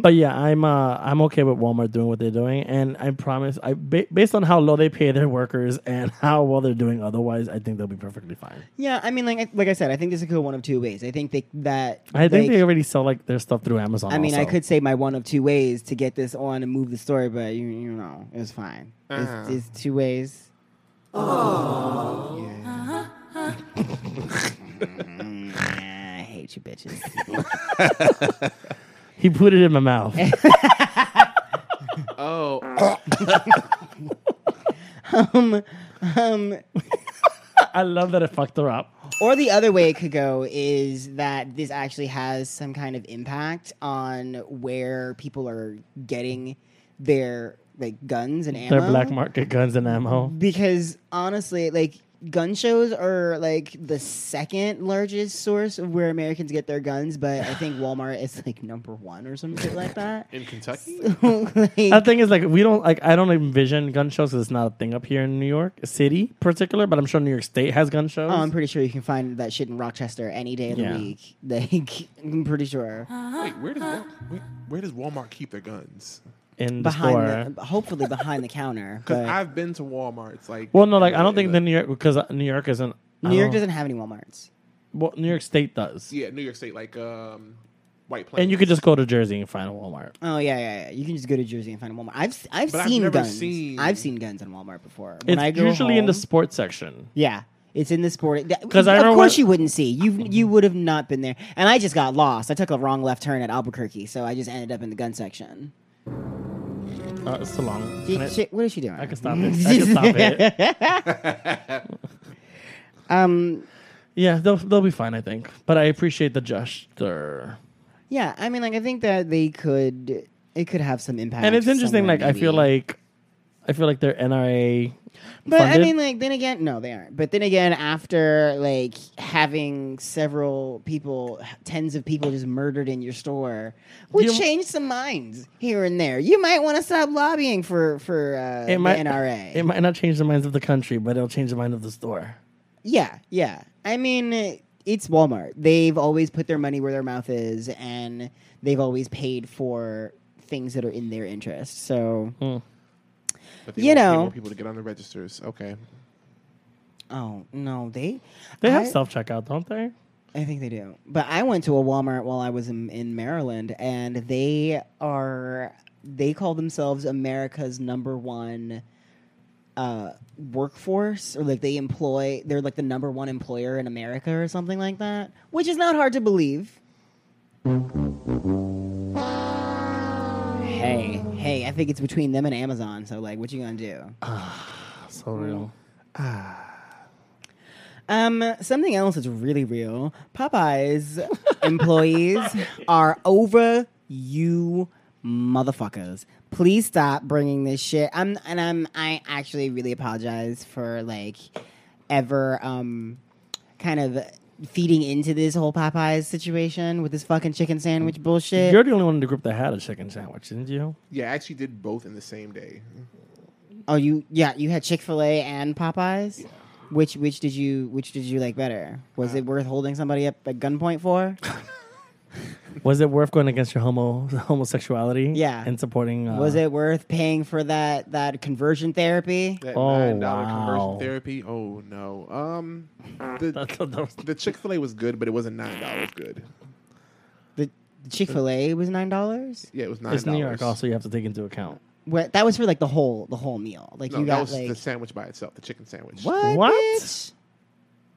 But yeah, I'm uh, I'm okay with Walmart doing what they're doing, and I promise, I ba- based on how low they pay their workers and how well they're doing otherwise, I think they'll be perfectly fine. Yeah, I mean, like I, like I said, I think this could go one of two ways. I think they, that I think like- they already sell like their stuff through Amazon. I mean, I also. could say my one of two ways to get this on and move the story, but you, you know, it's fine. It's, it's two ways. Oh. I hate you, bitches. He put it in my mouth. oh, um, I love that it fucked her up. or the other way it could go is that this actually has some kind of impact on where people are getting their like guns and ammo. Their black market guns and ammo. because honestly, like gun shows are like the second largest source of where Americans get their guns, but I think Walmart is like number one or something like that. in Kentucky. The like, thing is, like, we don't like. I don't envision gun shows because it's not a thing up here in New York City, particular. But I'm sure New York State has gun shows. oh, I'm pretty sure you can find that shit in Rochester any day of Yeah. Um, the week. Like, I'm pretty sure Wait, where does Uh-huh. Wal- where, where does Walmart keep their guns? in the store. behind, the, hopefully behind the counter. Because but I've been to Walmart's. Like, well, no, like I don't think in the New York because uh, New York isn't. I New York don't- doesn't have any WalMarts. Well, New York State does, yeah New York State like um White Plains. and you could just go to Jersey and find a Walmart. Oh yeah, yeah, yeah. You can just go to Jersey and find a Walmart. I've s- I've But I've seen never guns. seen- I've seen guns in Walmart before. When It's I go usually in the home- sports section. Yeah, it's in the sport. that- 'Cause I of remember course when- you wouldn't see you. You would have not been there. And I just got lost. I took a wrong left turn at Albuquerque, so I just ended up in the gun section. Uh, it's so long. She, Can I- she- what is she doing? I can stop it. I can stop it. um. Yeah, they'll they'll be fine, I think. But I appreciate the gesture. Yeah. I mean, like, I think that they could. It could have some impact. and it's interesting. somewhere, Like I feel maybe. like, I feel like they're NRA. But funded. I mean, like, then again, no, they aren't. But then again, after like having several people, tens of people just murdered in your store, would You- change some minds here and there. You might want to stop lobbying for for uh, the NRA. It might not change the minds of the country, but it'll change the mind of the store. yeah, yeah. I mean, it's Walmart. They've always put their money where their mouth is, and they've always paid for things that are in their interest. So, Hmm. But they you want- they know. want people to get on the registers. Okay, oh no, they They have I- self checkout, don't they? I think they do. But I went to a Walmart while I was in, in Maryland, and they are they call themselves America's number one uh, workforce, or like they employ they're like the number one employer in America or something like that, which is not hard to believe. Hey, hey, I think it's between them and Amazon. So like, what you gonna do? Hmm. Ah. So real. Um, something else that's really real. Popeye's employees are over you motherfuckers. Please stop bringing this shit. I'm and I'm I actually really apologize for like ever um kind of feeding into this whole Popeye's situation with this fucking chicken sandwich bullshit. You're the only one in the group that had a chicken sandwich, didn't you? yeah, I actually did both in the same day. oh, you yeah, you had Chick-fil-A and Popeye's? Which which did you which did you like better? Uh, Was it worth holding somebody up at gunpoint for? Was it worth going against your homo homosexuality? Yeah. And supporting. Uh, Was it worth paying for that that conversion therapy? That Oh, nine dollar wow. conversion therapy. Oh no. Um, the That, that- that was- the Chick Fil A was good, but it wasn't nine dollars good. The Chick Fil A was nine dollars. Yeah, it was nine it's New York. dollars. Also, you have to take into account. What that was for like the whole the whole meal. Like no, you that got was like the sandwich by itself, the chicken sandwich. what? What?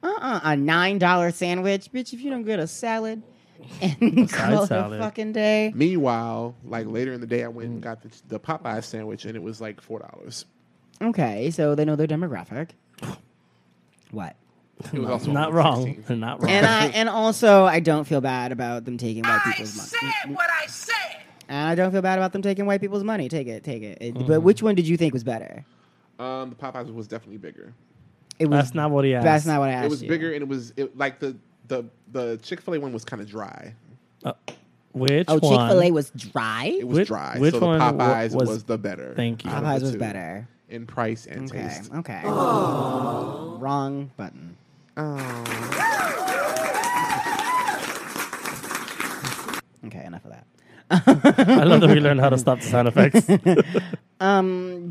Uh uh a nine dollar sandwich, bitch. If you don't get a salad and call it a salad. fucking day. Meanwhile, like later in the day, I went Mm. and got the, the Popeye sandwich, and it was like four dollars. Okay, so they know their demographic. What? It was also Not on wrong. 16. They're not wrong. And I and also I don't feel bad about them taking white I people's money. said what I said. And I don't feel bad about them taking white people's money. Take it, take it. It- Mm. But which one did you think was better? Um, the Popeyes was definitely bigger. It was That's not what he asked. That's not what I asked. it was you. bigger, and it was it, like the the the Chick Fil A one was kind of dry. Which Oh, Chick one? Fil A was dry. It was Which- dry. which so the one wa- Popeyes was- was, the better. Thank you. out of Popeyes the was two, better. in price and Okay. taste. Okay. Wrong button. Oh. Okay. Enough of that. I love that we learned how to stop the sound effects.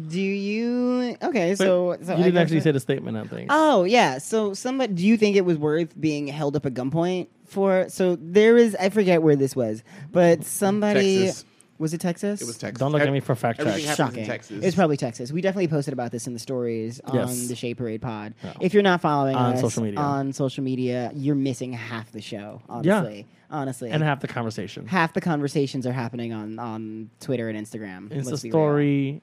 Do you? Okay. So, you so I didn't guess actually it- say the statement. I think. Oh yeah. So somebody, do you think it was worth being held up at gunpoint for? So there is. I forget where this was, Mm-hmm. but somebody Texas. was it Texas? It was Texas. Don't look at Ev- me for fact everything checks. happens in Shocking. Texas. It's probably Texas. We definitely posted about this in the stories on Yes. the Shea Parade Pod. If you're not following On us social media. on social media, you're missing half the show. Honestly, honestly, and half the conversation. half the conversations are happening on on Twitter and Instagram. Insta Let's be real. story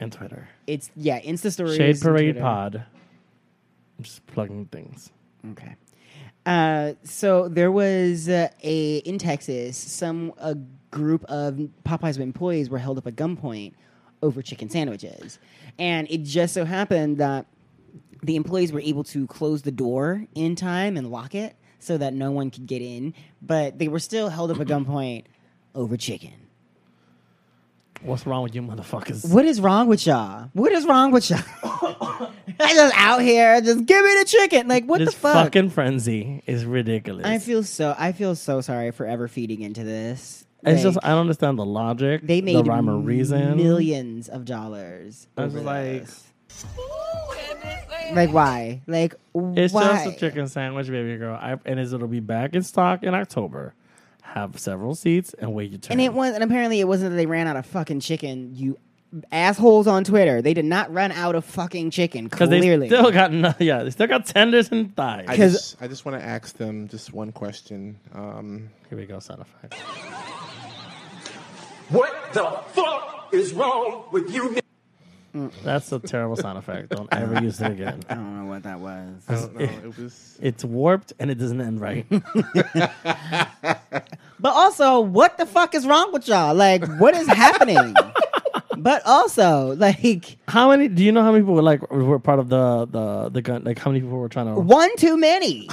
and Twitter. It's yeah, Insta stories. Shade and Parade Twitter. Pod. I'm just plugging things. Okay. Uh, so there was uh, a in Texas, some a group of Popeyes employees were held up at gunpoint over chicken sandwiches, and it just so happened that the employees were able to close the door in time and lock it so that no one could get in, but they were still held up at gunpoint over chicken. What's wrong with you motherfuckers? What is wrong with y'all? What is wrong with y'all? I just out here, just give me the chicken. Like what this the fuck? fucking frenzy is ridiculous. I feel so I feel so sorry for ever feeding into this. It's Like, just I don't understand the logic. they made the rhyme or reason. millions of dollars. I was over like- this. like why? Like It's why? just a chicken sandwich, baby girl. I, and it's- it'll be back in stock in October. Have several seats and wait your turn. And it was, and apparently it wasn't that they ran out of fucking chicken. You assholes on Twitter, they did not run out of fucking chicken. because they Clearly, still got no, yeah, they still got tenders and thighs. I 'Cause- just, I just want to ask them just one question. Um, Here we go, sound effects. What the fuck is wrong with you? That's a terrible sound effect. Don't ever use it again. I don't know what that was. I don't know. It was. It's warped and it doesn't end right. But also, what the fuck is wrong with y'all? Like, what is happening? but also, like, how many? Do you know how many people were like were part of the the the gun? Like how many people were trying to? one too many.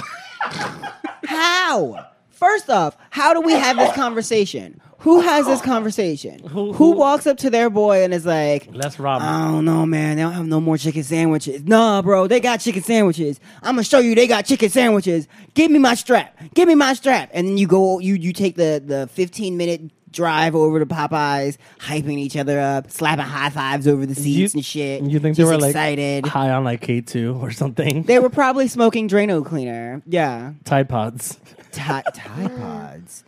how? First off, how do we have this conversation? Who has this conversation? Who, who- walks up to their boy and is like, Let's rob. him. I don't know, man. They don't have no more chicken sandwiches. Nah, bro, they got chicken sandwiches. I'm gonna show you they got chicken sandwiches. Give me my strap. Give me my strap. And then you go, you you take the the 15 minute drive over to Popeyes, hyping each other up, slapping high fives over the seats and shit. You think they Just were excited? like high on like K two or something? they were probably smoking Drano cleaner. Yeah, Tide Pods. Ti- Tide Pods.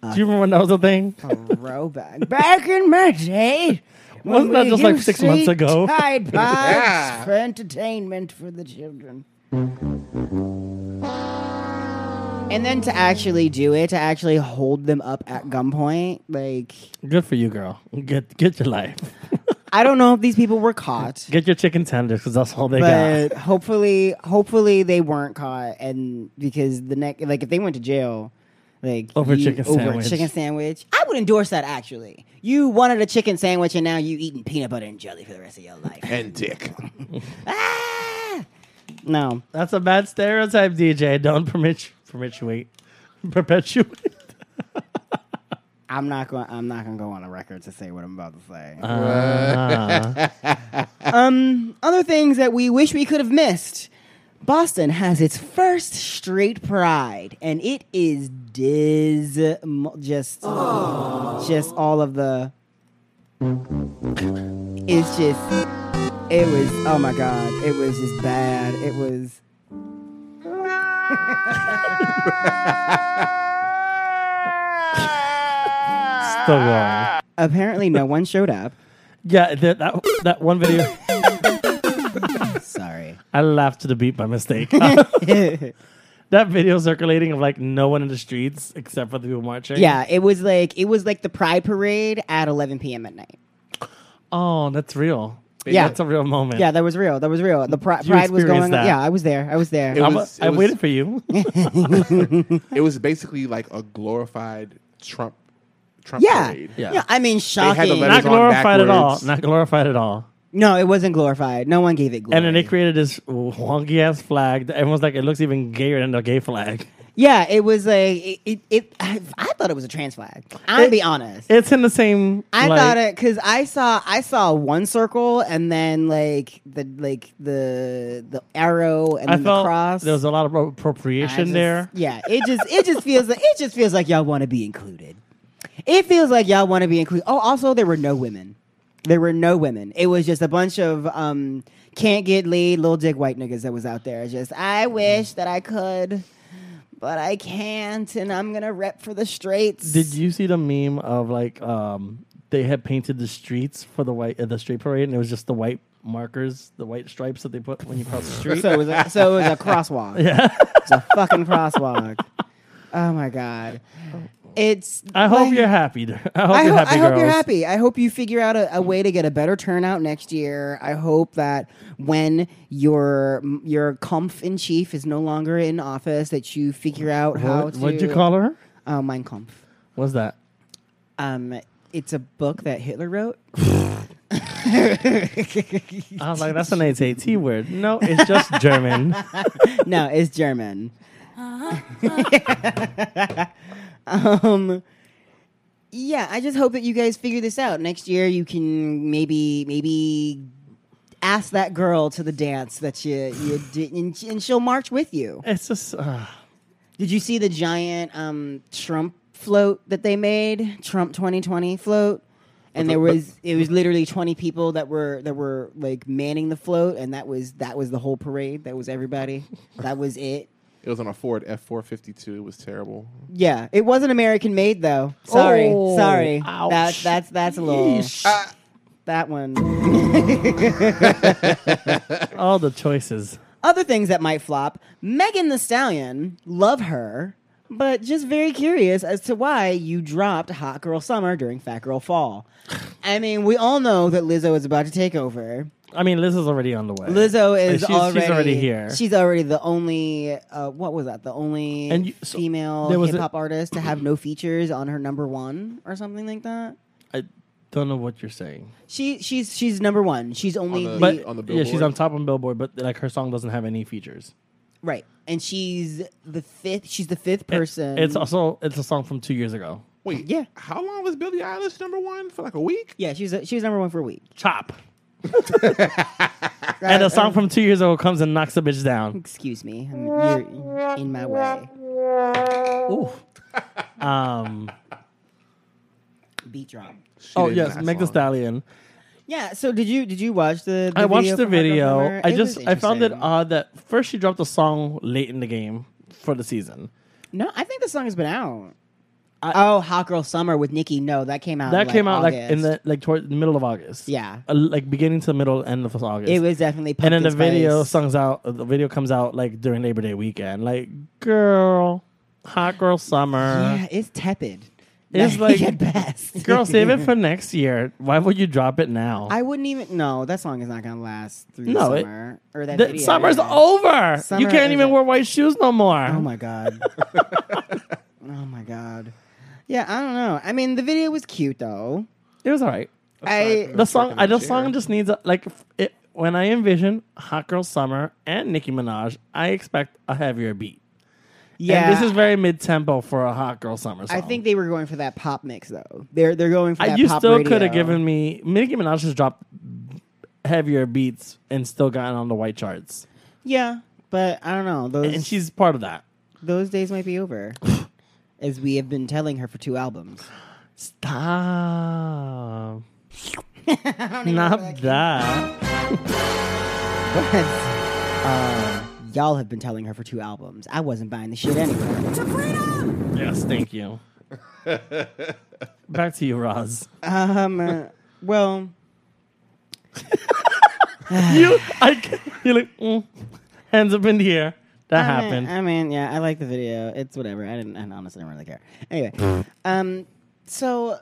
Uh. Do you remember when that was a thing? Throwback. Back in my day. Wasn't that when we just like used six to months eat ago? Tide Pods Yeah. for entertainment for the children. And then to actually do it, to actually hold them up at gunpoint, like Good for you, girl. Get get your life. I don't know if these people were caught, Get your chicken tenders because that's all they but got. hopefully, hopefully they weren't caught. And because the next, like if they went to jail, like Over you- chicken over sandwich. a chicken sandwich, I would endorse that. Actually, you wanted a chicken sandwich, and now you eating peanut butter and jelly for the rest of your life. And dick. ah! No, That's a bad stereotype, DJ. Don't permit perpetuate perpetuate. I'm not going. I'm not going to go on a record to say what I'm about to say. um, other things that we wish we could have missed. Boston has its first straight pride, and it is dismal. Just, just all of the. It's just. It was. Oh my god! It was just bad. It was. Still going. Apparently, no one showed up. Yeah, that, that that one video. Sorry. I laughed to the beat by mistake. that video circulating of like no one in the streets except for the people marching. Yeah, it was like it was like the Pride Parade at 11 p.m. at night. Oh, that's real. Yeah. That's a real moment. Yeah, that was real. That was real. The pri- Pride was experienced going. that. on. Yeah, I was there. I was there. It I'm- was- it I was- waited for you. It was basically like a glorified Trump. Trump yeah. parade. Yeah. yeah. I mean, shocking. letters Not It was on glorified at all. backwards. Not glorified at all. no, it wasn't glorified. No one gave it glory. And then they created this wonky ass flag. that Everyone's like, it looks even gayer than the gay flag. yeah, it was like it. it, it I, I thought it was a trans flag. I'm gonna It- be honest. It's in the same. I like, thought it because I saw I saw one circle and then like the like the the arrow and I then the felt cross. there was a lot of I appropriation just- there. Yeah, it just it just feels like it just feels like y'all want to be included. It feels like y'all want to be included. Oh, also there were no women. There were no women. It was just a bunch of um can't get laid little dick white niggas that was out there. Just I Mm-hmm. wish that I could, but I can't, and I'm gonna rep for the straights. Did you see the meme of like um they had painted the streets for the white uh, the street parade and it was just the white markers, the white stripes that they put when you cross the street? So it was a, so it was a crosswalk. Yeah, it's a fucking crosswalk. Oh my god, it's. Oh. I hope like- you're happy. I hope I, you're hope, happy, I hope you're girls. happy. I hope you figure out a, a way to get a better turnout next year. I hope that when your your comf in chief is no longer in office, that you figure out how What, to. would you call her? Uh, mein Kampf. What's that? Um, it's a book that Hitler wrote. I was like, that's an AT word. No, it's just German. no, it's German. um, yeah, I just hope that you guys figure this out. Next year, you can maybe maybe ask that girl to the dance that you you did, and, she- and she'll march with you. It's just uh, Did you see the giant um, Trump float that they made? Trump 2020 float. And there was it was literally 20 people that were that were like manning the float and that was that was the whole parade. That was everybody. That was it. It was on a Ford F four fifty two. It was terrible. Yeah, it wasn't American made though. Sorry. Oh, sorry. ouch. That's that's that's a little Uh, Yeesh. that one. all the choices. Other things that might flop. Megan the Stallion, love her, but just very curious as to why you dropped Hot Girl Summer during Fat Girl Fall. I mean, we all know that Lizzo is about to take over. I mean, Liz is already on the way. Lizzo Like, is she's, already, she's already here. She's already the only uh, what was that? The only And you- so female there was a- hip hop artist to have no features on her number one or something like that. I don't know what you're saying. She she's she's number one. She's only the- lead- But on the yeah, she's Billboard? on top on Billboard, but like her song doesn't have any features. right, and she's the fifth. She's the fifth It- person. it's also it's a song from two years ago. Wait, Yeah. How long was Billie Eilish number one for like a week? yeah. She was she was number one for a week. Chop. and a song from two years ago comes and knocks the bitch down. Excuse me, I'm, you're in my way. Ooh. Um, Beat drop. She oh didn't yes, last Meg Thee long. Stallion. Yeah. So did you did you watch the? the I watched the for Hot Girl video. Summer? I It was just I found it interesting. odd that first she dropped a song late in the game for the season. No, I think the song has been out. oh, Hot Girl Summer with Nicki. No, that came out. That in, like, came out like in August. the like toward the middle of August. Yeah. Uh, like beginning to the middle end of August. It was definitely. and then the Pumpkin video Spice. songs out. The video comes out like during Labor Day weekend. Like girl, hot girl summer. Yeah, it's tepid. It's like- at best. Girl, save it for next year. Why would you drop it now? I wouldn't even. No, that song is not gonna last through No, the it- summer or that The- video. summer's anyway. over. you Summer can't is even it. wear white shoes no more. Oh my god. oh my god. Yeah, I don't know. I mean, the video was cute though. It was all right. I The song, fucking I, the share. song just needs a, like f- it, when I envision Hot Girl Summer and Nicki Minaj, I expect a heavier beat. yeah. and this is very mid tempo for a Hot Girl Summer song. I think they were going for that pop mix though. They're they're going for I, that you pop still radio. could have given me Nicki Minaj has dropped heavier beats and still gotten on the white charts, Yeah, but I don't know. Those and she's part of that. those days might be over. As we have been telling her for two albums. Stop. Not that. uh, y'all have been telling her for two albums. I wasn't buying the shit anyway. Yes, thank you. Back to you, Roz. Um, uh, well, you, I, ca- you're like, mm, hands up in the air. That I mean- happened. I mean, yeah, I like the video. It's whatever. I didn't. I honestly don't really care. Hmm. Anyway, um, so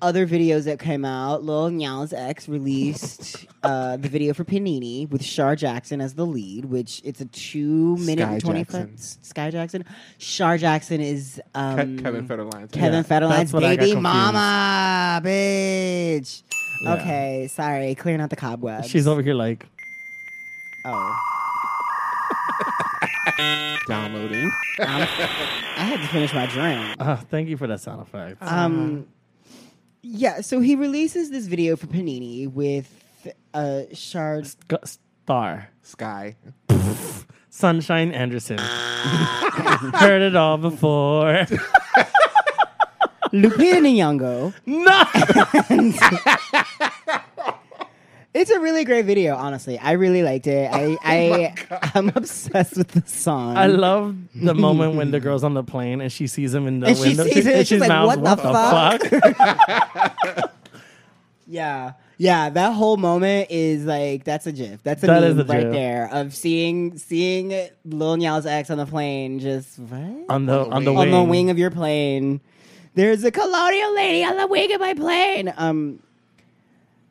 other videos that came out, Lil Nas X released uh, the video for Panini with Shar Jackson as the lead, which it's a two minute Sky and twenty Jackson. five. Sky Jackson. Shar Jackson is Ke- um, Kevin Federline's. Kevin Yeah, Federline's that's what I got baby confused. mama, bitch. Yeah. Okay, sorry, clearing out the cobwebs. She's over here like, Oh, downloading. I had to finish my drink. ah, thank you for that sound effect. Um, yeah, so he releases this video for Panini with uh, Shard. G- Star. Sky. Sunshine Anderson. Heard it all before. Lupita Nyong'o. no! It's a really great video, honestly. I really liked it. I, I I'm obsessed with the song. Oh I love the moment when the girl's on the plane and she sees him in the And she window. sees it, she's like, mouths, "What the yeah, yeah. That whole moment is like that's a gif. That's a That meme is a right gif. there of seeing seeing Lil Nas X on the plane. Just what? on the on the on wing. the wing of your plane. There's a colonial lady on the wing of my plane. Um,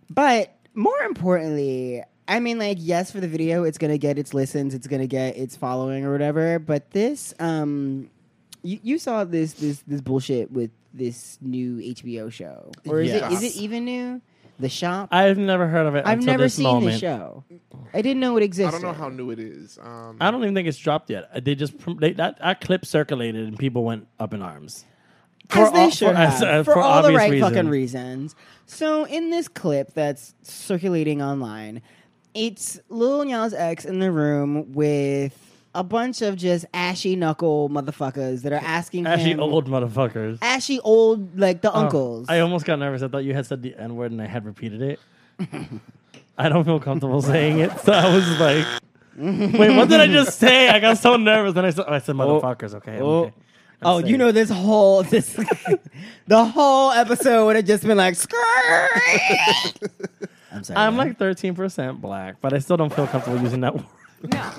but more importantly, I mean, like, yes, for the video, it's gonna get its listens, it's gonna get its following or whatever. But this, um, you, you saw this this this bullshit with this new HBO show, or is it is Yes. it even new? The Shop. I, I've never heard of it. have until never this seen moment. the show. I didn't know it I existed. don't know how new it is. Um, I don't even think it's dropped yet. Uh, They just prom- they, that, that clip circulated and people went up in arms. As For they all- should for- have, as- uh, for, for all the obvious right reason. fucking reasons. So in this clip that's circulating online, it's Lil Nas X in the room with a bunch of just ashy knuckle motherfuckers that are asking Actually, him old motherfuckers. ashy old like the Oh, uncles. I almost got nervous. I thought you had said the N word and I had repeated it. I don't feel comfortable saying it, so I was like, "Wait, what did I just say?" I got so nervous. Then I said, oh, "I said motherfuckers." Okay. I'm oh. okay. I'm Oh, you safe. know this whole this the whole episode would have just been like "Skrrr." I'm sorry. I'm man. like 13 percent black, but I still don't feel comfortable using that word. No.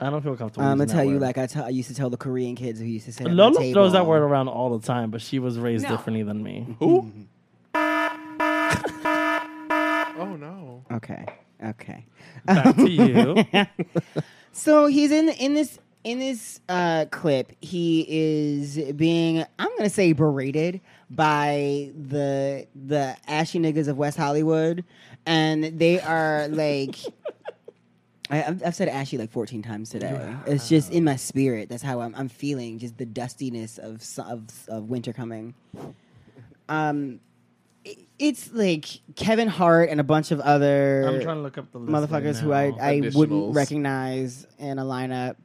I don't feel comfortable. I'm gonna using tell that you word. like I tell- I used to tell the Korean kids who used to say Lola throws that word around all the time, but she was raised No. differently than me. Who? Mm-hmm. oh no! Okay. Okay. Back to you. So he's in in this in this uh, clip. He is being I'm gonna say berated by the the ashy niggas of West Hollywood, and they are like. I, I've- I've said ashy like 14 times today. It's just in my spirit. That's how I'm, I'm feeling. Just the dustiness of su- of, of winter coming. Um, it- it's like Kevin Hart and a bunch of other I'm trying to look up the list motherfuckers right who I, now. I wouldn't Additionals. recognize in a lineup.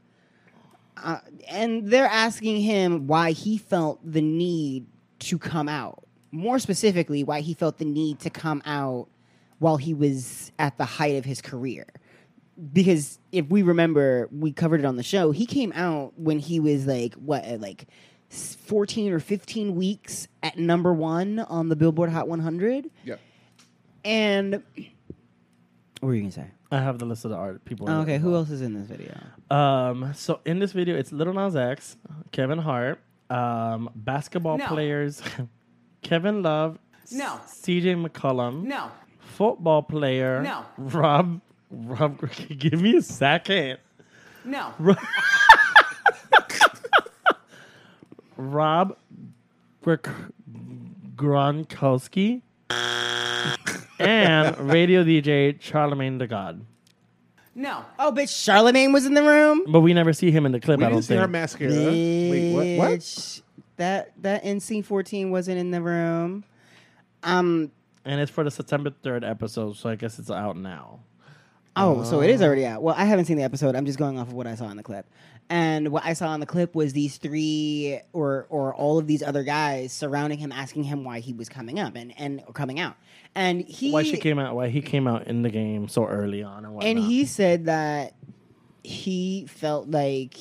Uh, and they're asking him why he felt the need to come out. More specifically, why he felt the need to come out while he was at the height of his career. Because if we remember, we covered it on the show, he came out when he was like, what, at like 14 or 15 weeks at number one on the Billboard Hot 100. Yeah, And what were you going to say? I have the list of the art people. Oh, okay, who else is in this video? Um, so in this video, it's Little Nas X, Kevin Hart, um, basketball No. players, Kevin Love, S- No. CJ McCollum, No. football player, No. Rob, Rob, Gr- give me a second, No. Rob Gr- Gronkowski, and radio DJ Charlemagne the God. No. Oh, bitch, Charlemagne was in the room. But we never see him in the clip. we I don't didn't see her think. mascara. Wait, what? What? Bitch, That that NC fourteen wasn't in the room. Um. and it's for the September third episode, so I guess it's out now. Oh, so it is already out. Well, I haven't seen the episode. I'm just going off of what I saw in the clip. And what I saw in the clip was these three or or all of these other guys surrounding him, asking him why he was coming up and and or coming out. And he why she came out why he came out in the game so early on and whatnot. And he said that he felt like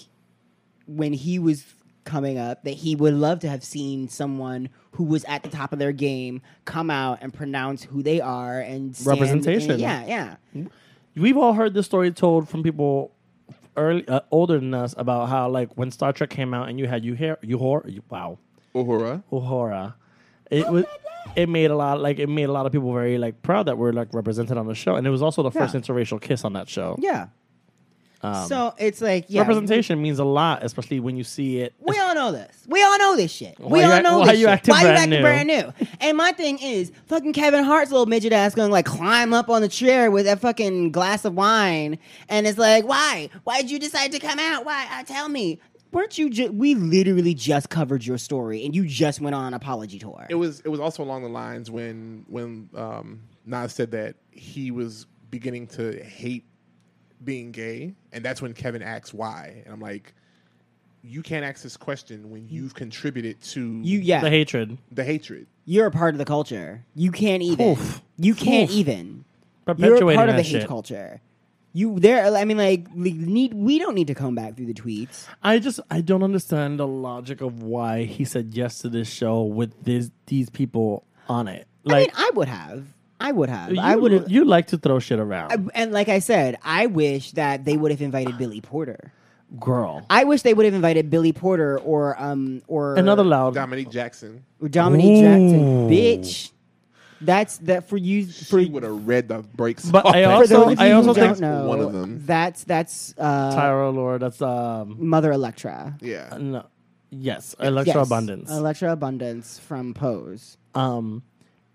when he was coming up that he would love to have seen someone who was at the top of their game come out and pronounce who they are and stand- Representation. yeah, yeah. we've all heard this story told from people early uh, older than us about how like when Star Trek came out and you had you hear you hor you, wow Uhura. Uhura, Oh it was it made a lot like it made a lot of people very like proud that we're like represented on the show and it was also the first Yeah. interracial kiss on that show. Yeah. so it's like yeah, Um, Representation means a lot, especially when you see it. We all know this. We all know this shit. we you all act- know why this you shit. acting why you brand acting new? brand new? And my thing is, fucking Kevin Hart's little midget ass going like climb up on the chair with that fucking glass of wine, and it's like, why? Why did you decide to come out? Why? Uh, tell me. Weren't you? Ju- we literally just covered your story, and you just went on an apology tour. It was. It was also along the lines when when um, Nas said that he was beginning to hate being gay, and that's when Kevin asks why, and I'm like, you can't ask this question when you've contributed to you yeah. The hatred. the hatred. you're a part of the culture. You can't even. Oof. You can't Oof. even. Perpetuating You're a part of that the shit. hate culture. You there? I mean, like, we need we don't need to come back through the tweets. I just I don't understand the logic of why he said yes to this show with this these people on it. Like I mean, I would have. I would have. you, I would have. You like to throw shit around, And like I said, I wish that they would have invited Billy Porter. girl. I wish they would have invited Billy Porter or um or Another loud. Dominique Jackson. or Dominique Ooh. Jackson, bitch. That's that for you for She would have read the breaks. But off I that for also- those of you I also who think- don't know, One of them. That's that's uh, Tyro Lord. That's um. Mother Electra. Yeah. No, yes, Electro Yes. Abundance. Electra Abundance from Pose. um,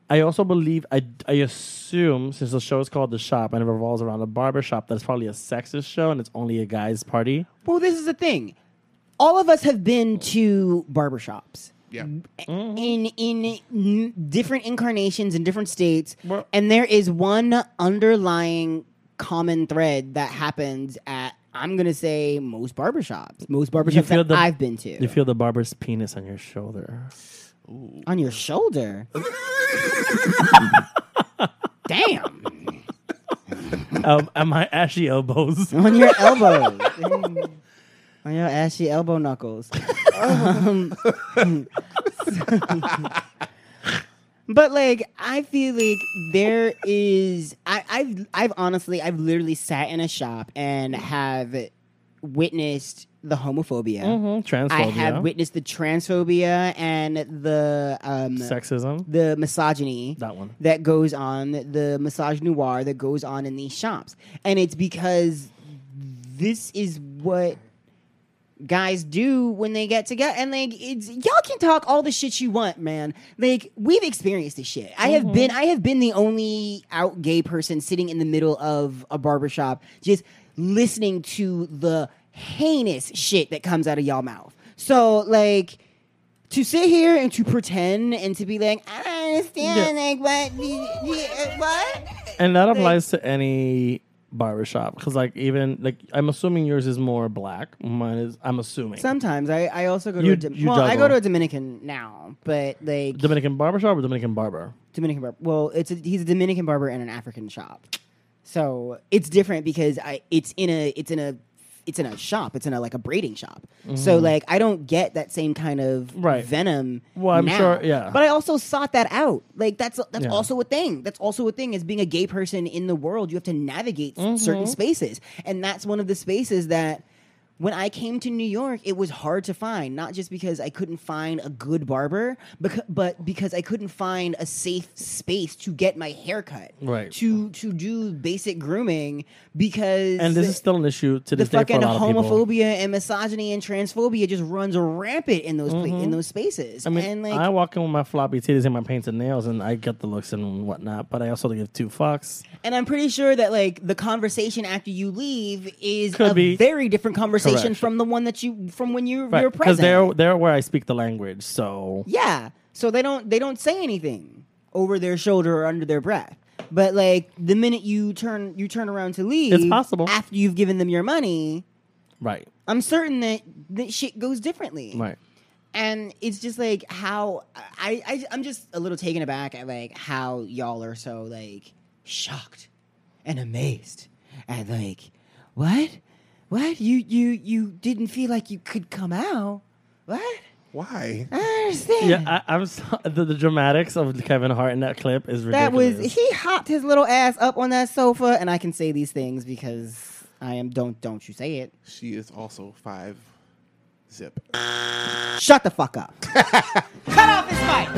I also believe I I assume since the show is called The Shop and it revolves around a barber shop, that's probably a sexist show and it's only a guy's party. Well, this is the thing. All of us have been to barbershops Yeah. Uh, Mm-hmm. in in n- different incarnations in different states, Well- and there is one underlying common thread that happens at I'm gonna say most barbershops, most barbershops feel that the- I've been to. You feel the barber's penis on your shoulder. on your shoulder. Damn. um, at my ashy elbows. on your elbow, on your ashy elbow knuckles. um, but like, I feel like there is. I, I've I've honestly I've literally sat in a shop and have witnessed the homophobia. Mhm, Transphobia. I have witnessed the transphobia and the um, sexism. the misogyny That one. that goes on the massage noir that goes on in these shops and it's because this is what guys do when they get together and like it's y'all can talk all the shit you want man like we've experienced this shit i have been i have been the only out gay person sitting in the middle of a barbershop just listening to the heinous shit that comes out of y'all mouth so like to sit here and to pretend and to be like, I don't understand, like what, the, the, uh, what? And that applies to any barbershop. Because, like, even, like, I'm assuming yours is more black. Mine is, I'm assuming. Sometimes I, I also go to You- a Dom- you well, I juggle. go to a Dominican now, but like Dominican barbershop or Dominican barber? Dominican barber. Well, it's a, he's a Dominican barber in an African shop, so it's different because I it's in a it's in a it's in a shop. It's in a like a braiding shop. So like I don't get that same kind of Mm-hmm. Right. venom. Well, I'm now. sure- yeah. But I also sought that out. Like that's that's Yeah. also a thing. That's also a thing. As being a gay person in the world, you have to navigate Mm-hmm. s- certain spaces, and that's one of the spaces that. When I came to New York, it was hard to find, not just because I couldn't find a good barber, becau- but because I couldn't find a safe space to get my haircut, Right. To to do basic grooming, because And this is still an issue to the this day for a fucking lot of people. homophobia and misogyny and transphobia just runs rampant in those pla- in those spaces. Mm-hmm. I mean, and like, I walk in with my floppy titties and my painted nails, and I get the looks and whatnot. But I also give two fucks. and I'm pretty sure that like the conversation after you leave is Could a be. very different conversation Correct. from the one that you from when you you're Because present. they're they're where I speak the language. So yeah, so they don't they don't say anything over their shoulder or under their breath. But like the minute you turn you turn around to leave, possible. after you've given them your money. right, I'm certain that that shit goes differently. right. and it's just like how I, I I'm just a little taken aback at like how y'all are so like shocked and amazed at like what what you you you didn't feel like you could come out what Why? uh, I don't understand Yeah, I, I'm so, the, the dramatics of Kevin Hart in that clip is ridiculous. that was he hopped his little ass up on that sofa and I can say these things because I am don't don't you say it She is also five zip. uh, shut the fuck up cut off his mic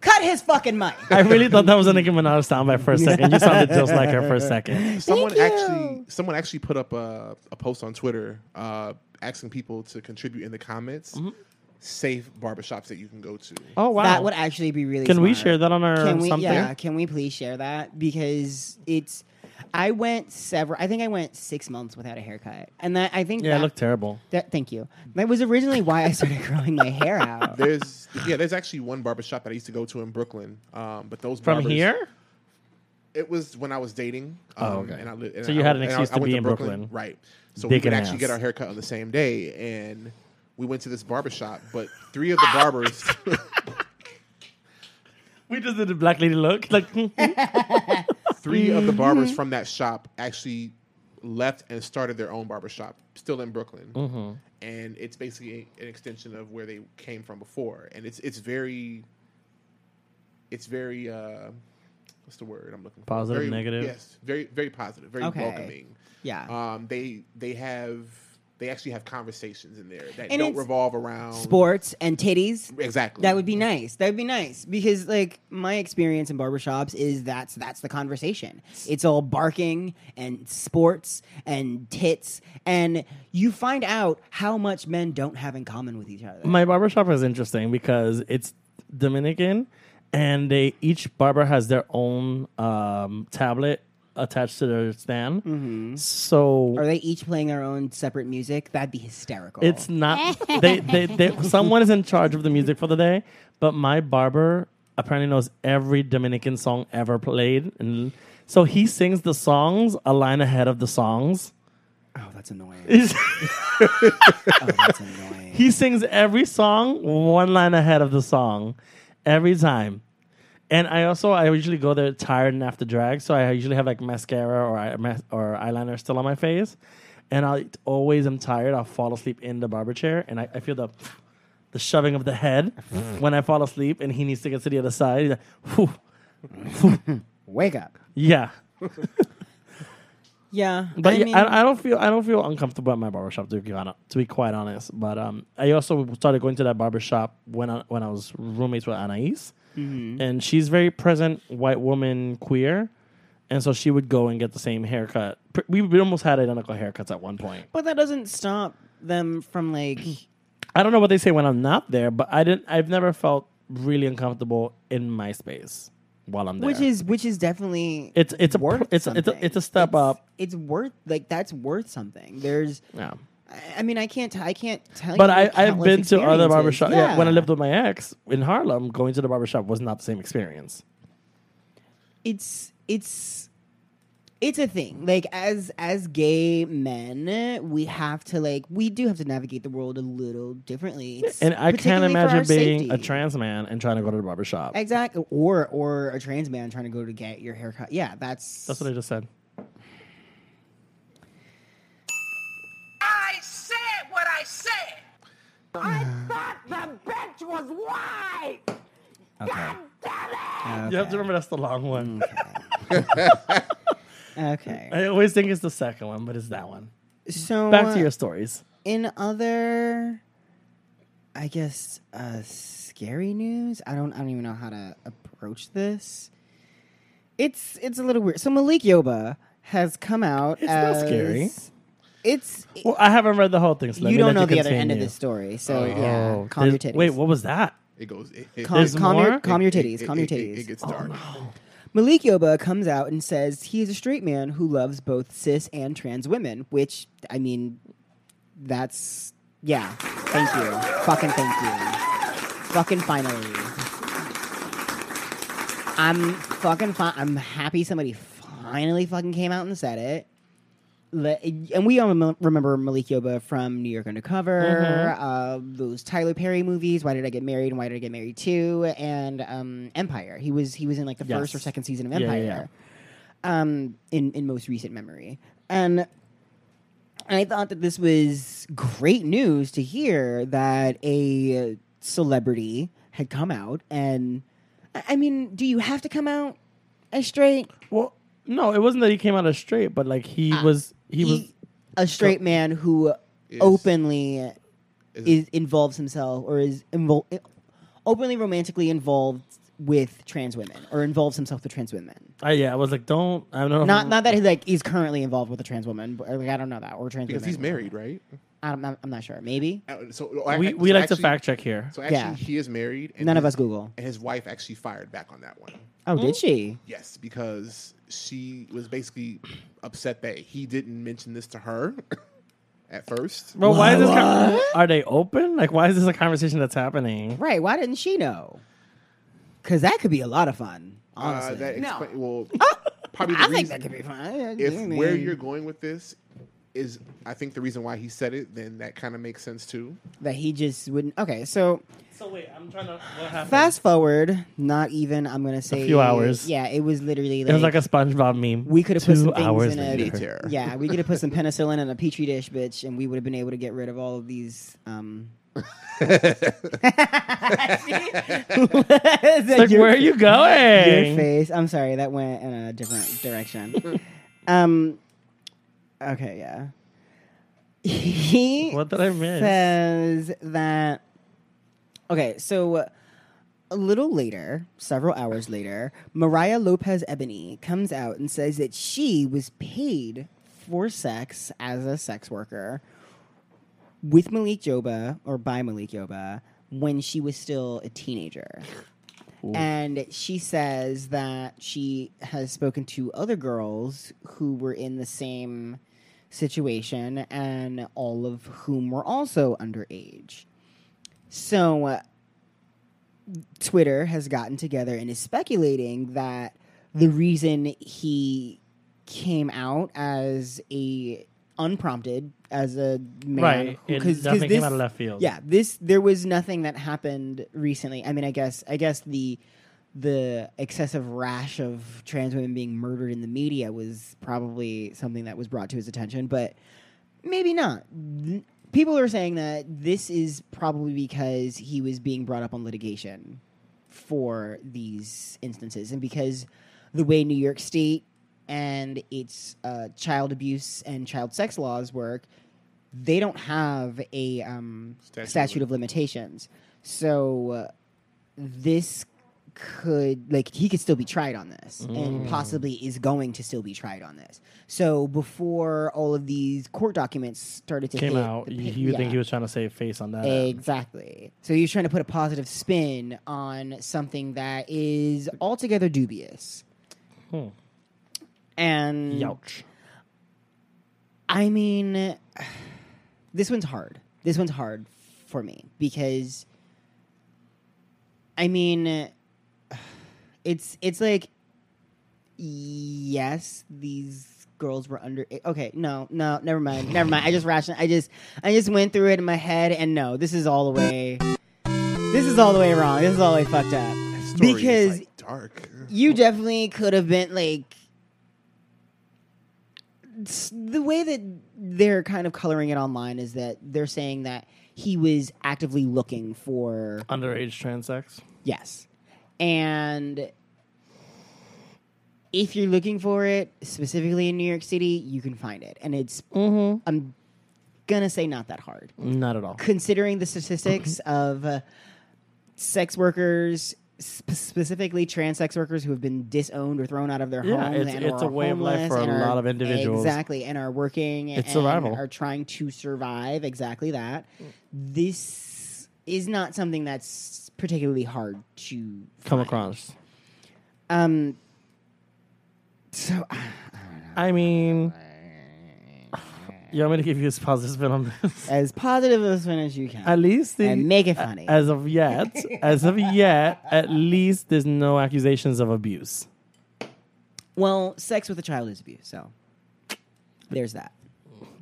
cut his fucking mic I really thought that was a Nicki Minaj soundbite for a second. You sounded just like her for a second. Someone Thank you. actually someone actually put up a, a post on Twitter uh, asking people to contribute in the comments safe barbershops that you can go to. Mm-hmm. Oh wow! That would actually be really. Can we smart. share that on our Can we? something? Yeah. Can we please share that because it's. I went several. I think I went six months without a haircut, and that I think. Yeah, that, it looked terrible. that- thank you. That was originally why I started growing my hair out. There's yeah, there's actually one barbershop that I used to go to in Brooklyn. Um, but those From barbers- here, It was when I was dating. Um, Oh, okay. And I li- and So you I- had an and I- excuse I to went be in Brooklyn. right? So we Dick could and actually get ass. our haircut on the same day, and we went to this barbershop. But three of the barbers, we just did a black lady look. Like three of the barbers Mm-hmm. from that shop actually left and started their own barbershop, still in Brooklyn. Mm-hmm. And it's basically an extension of where they came from before, and it's it's very, it's very. Uh, What's the word I'm looking for? Positive, Very- negative? Yes, very, very positive, very Okay. welcoming. Yeah. Um, they they have they actually have conversations in there that And don't it's revolve around Sports and titties. Exactly. That would be nice. That would be nice because, like, my experience in barbershops is that's that's the conversation. It's all barking and sports and tits, and you find out how much men don't have in common with each other. my barbershop is interesting because it's Dominican, and they each barber has their own um, tablet attached to their stand. Mm-hmm. So Are they each playing their own separate music? That'd be hysterical. it's not they, they, they someone is in charge of the music for the day, but my barber apparently knows every Dominican song ever played and so he sings the songs a line ahead of the songs. oh, that's annoying. He's- Oh, that's annoying. he sings every song one line ahead of the song every time. And I also I usually go there tired and after drag, so I usually have like mascara or eye- mas- or eyeliner still on my face, and I always am tired. I'll fall asleep in the barber chair, and I, I feel the the shoving of the head when I fall asleep, and he needs to get to the other side. He's like, "Whew." Wake up. yeah, Yeah, but I yeah, mean, I, I don't feel I don't feel uncomfortable at my barbershop to be hon- to be quite honest. But um, I also started going to that barbershop when I, when I was roommates with Anais, Mm-hmm. and she's very present, white woman, queer, and so she would go and get the same haircut. Pr- We, we almost had identical haircuts at one point. but that doesn't stop them from like. I don't know what they say when I'm not there, but I didn't. I've never felt really uncomfortable in my space while I'm there. Which is which is definitely It's- it's a pr- worth it's a- it's a- something. it's a step It's- up. It's worth like that's worth something. There's, yeah. I, I mean, I can't t- I can't tell. But you I, the I've been countless to other experiences. barbershops. Yeah. when I lived with my ex in Harlem, going to the barbershop was not the same experience. it's it's it's a thing like as as gay men we have to like we do have to navigate the world a little differently It's And I can't particularly for imagine our being a safety. trans man and trying to go to the barbershop. exactly or or a trans man trying to go to get your haircut yeah that's That's what I just said. I said what I said. I thought the bitch was wise. God damn it! You have to remember that's the long one. okay I always think it's the second one, but it's that one. so Back to your stories. in other i guess uh scary news i don't i don't even know how to approach this it's it's a little weird so malik yoba has come out It's not as scary. it's Well, I haven't read the whole thing, so let you me don't let know the other end of continue. this story so Oh, yeah Oh, calm your there's- titties Wait, what was that? It goes. It, it, calm, There's calm more? your calm your it- titties it- calm your it- it- titties Oh, It, gets dark. Malik Yoba comes out and says he is a straight man who loves both cis and trans women, which, I mean, that's. Yeah. Thank you. Fucking thank you. Fucking finally. I'm fucking fi- I'm happy somebody finally fucking came out and said it. Le- and we all rem- remember Malik Yoba from New York Undercover, uh, those Tyler Perry movies. Why did I get married? And why did I get married too? And um, Empire. He was he was in like the first or Yes. second season of Yeah, yeah, Empire. Um, in in most recent memory, and I thought that this was great news to hear that a celebrity had come out. And I I mean, do you have to come out as straight? Well, no, it wasn't that he came out as straight, but like he Ah, was, he, was. a straight man who Is- openly Is- is involves himself or is invol- openly romantically involved with trans women or involves himself with trans women. I, ah, yeah, I was like, don't. I don't know. Mm. Not not that he like he's currently involved with a trans woman. But, like I don't know that or trans. because women. he's married, right? I'm not, I'm not sure. Maybe Uh, So we we like to fact check here. So actually, Yeah. he is married. And None of his- us Google. And his wife actually fired back on that one. Oh, did she? Yes, because she was basically upset that he didn't mention this to her at first. Bro, why is this? con- are they open? Like, why is this a conversation that's happening? Right. Why didn't she know? Because that could be a lot of fun. Uh, Honestly, that No. explain, well, probably the I reason, think that could be fun. if I mean, where you're going with this is, I think the reason why he said it, then that kind of makes sense too. that he just wouldn't. Okay, so So wait, I'm trying to. What happened? fast forward. Not even. I'm gonna say few hours. Yeah, it was literally. Like, It was like a SpongeBob meme. we could have put Two some things hours in a later. Later. yeah. We could have put some penicillin in a petri dish, bitch, and we would have been able to get rid of all of these. Um, Like, where are you Your going? face. I'm sorry, that went in a different direction. um, okay, yeah. He What did I miss? says that. Okay, so a little later, several hours later, Mariah Lopez Ebony comes out and says that she was paid for sex as a sex worker with Malik Yoba or by Malik Yoba when she was still a teenager. And she says that she has spoken to other girls who were in the same situation and all of whom were also underage. So uh, Twitter has gotten together and is speculating that the reason he came out as a unprompted as a man Right, who- it definitely came out of left field. Yeah, this there was nothing that happened recently. I mean, I guess I guess the the excessive rash of trans women being murdered in the media was probably something that was brought to his attention, but maybe not. N- People are saying that this is probably because he was being brought up on litigation for these instances, and because the way New York State and its uh, child abuse and child sex laws work, they don't have a um, Statute statute, of of limitations. So uh, this could like he could still be tried on this Mm. and possibly is going to still be tried on this so before all of these court documents started to Came hit out. the You, pa- you yeah. think he was trying to save face on that? end. Exactly. So he's trying to put a positive spin on something that is altogether dubious. Hmm. And Youch. I mean, this one's hard. This one's hard for me because I mean, it's it's like yes, these girls were under okay, no, no, never mind. Never mind. I just ration I just I just went through it in my head and no, this is all the way This is all the way wrong. This is all the way fucked up. Story is, Because like, dark. you definitely could have been like s- the way that they're kind of coloring it online is that they're saying that he was actively looking for Underage trans sex. yes and if you're looking for it specifically in new york city you can find it and it's i'm gonna say not that hard Not at all. considering the statistics of uh, sex workers, sp- specifically trans sex workers who have been disowned or thrown out of their Yeah, homes, it's- and it's are a way of life homeless for a and are- lot of individuals. Exactly, and are working. It's and survival. Are trying to survive. Exactly that. This is not something that's particularly hard to Come across. Um. So I mean, you want me to give you as positive spin on this? as positive as fun as you can, At least the, and make it funny. as of yet, as of yet, at least there's no accusations of abuse. well, sex with a child is abuse. So there's that.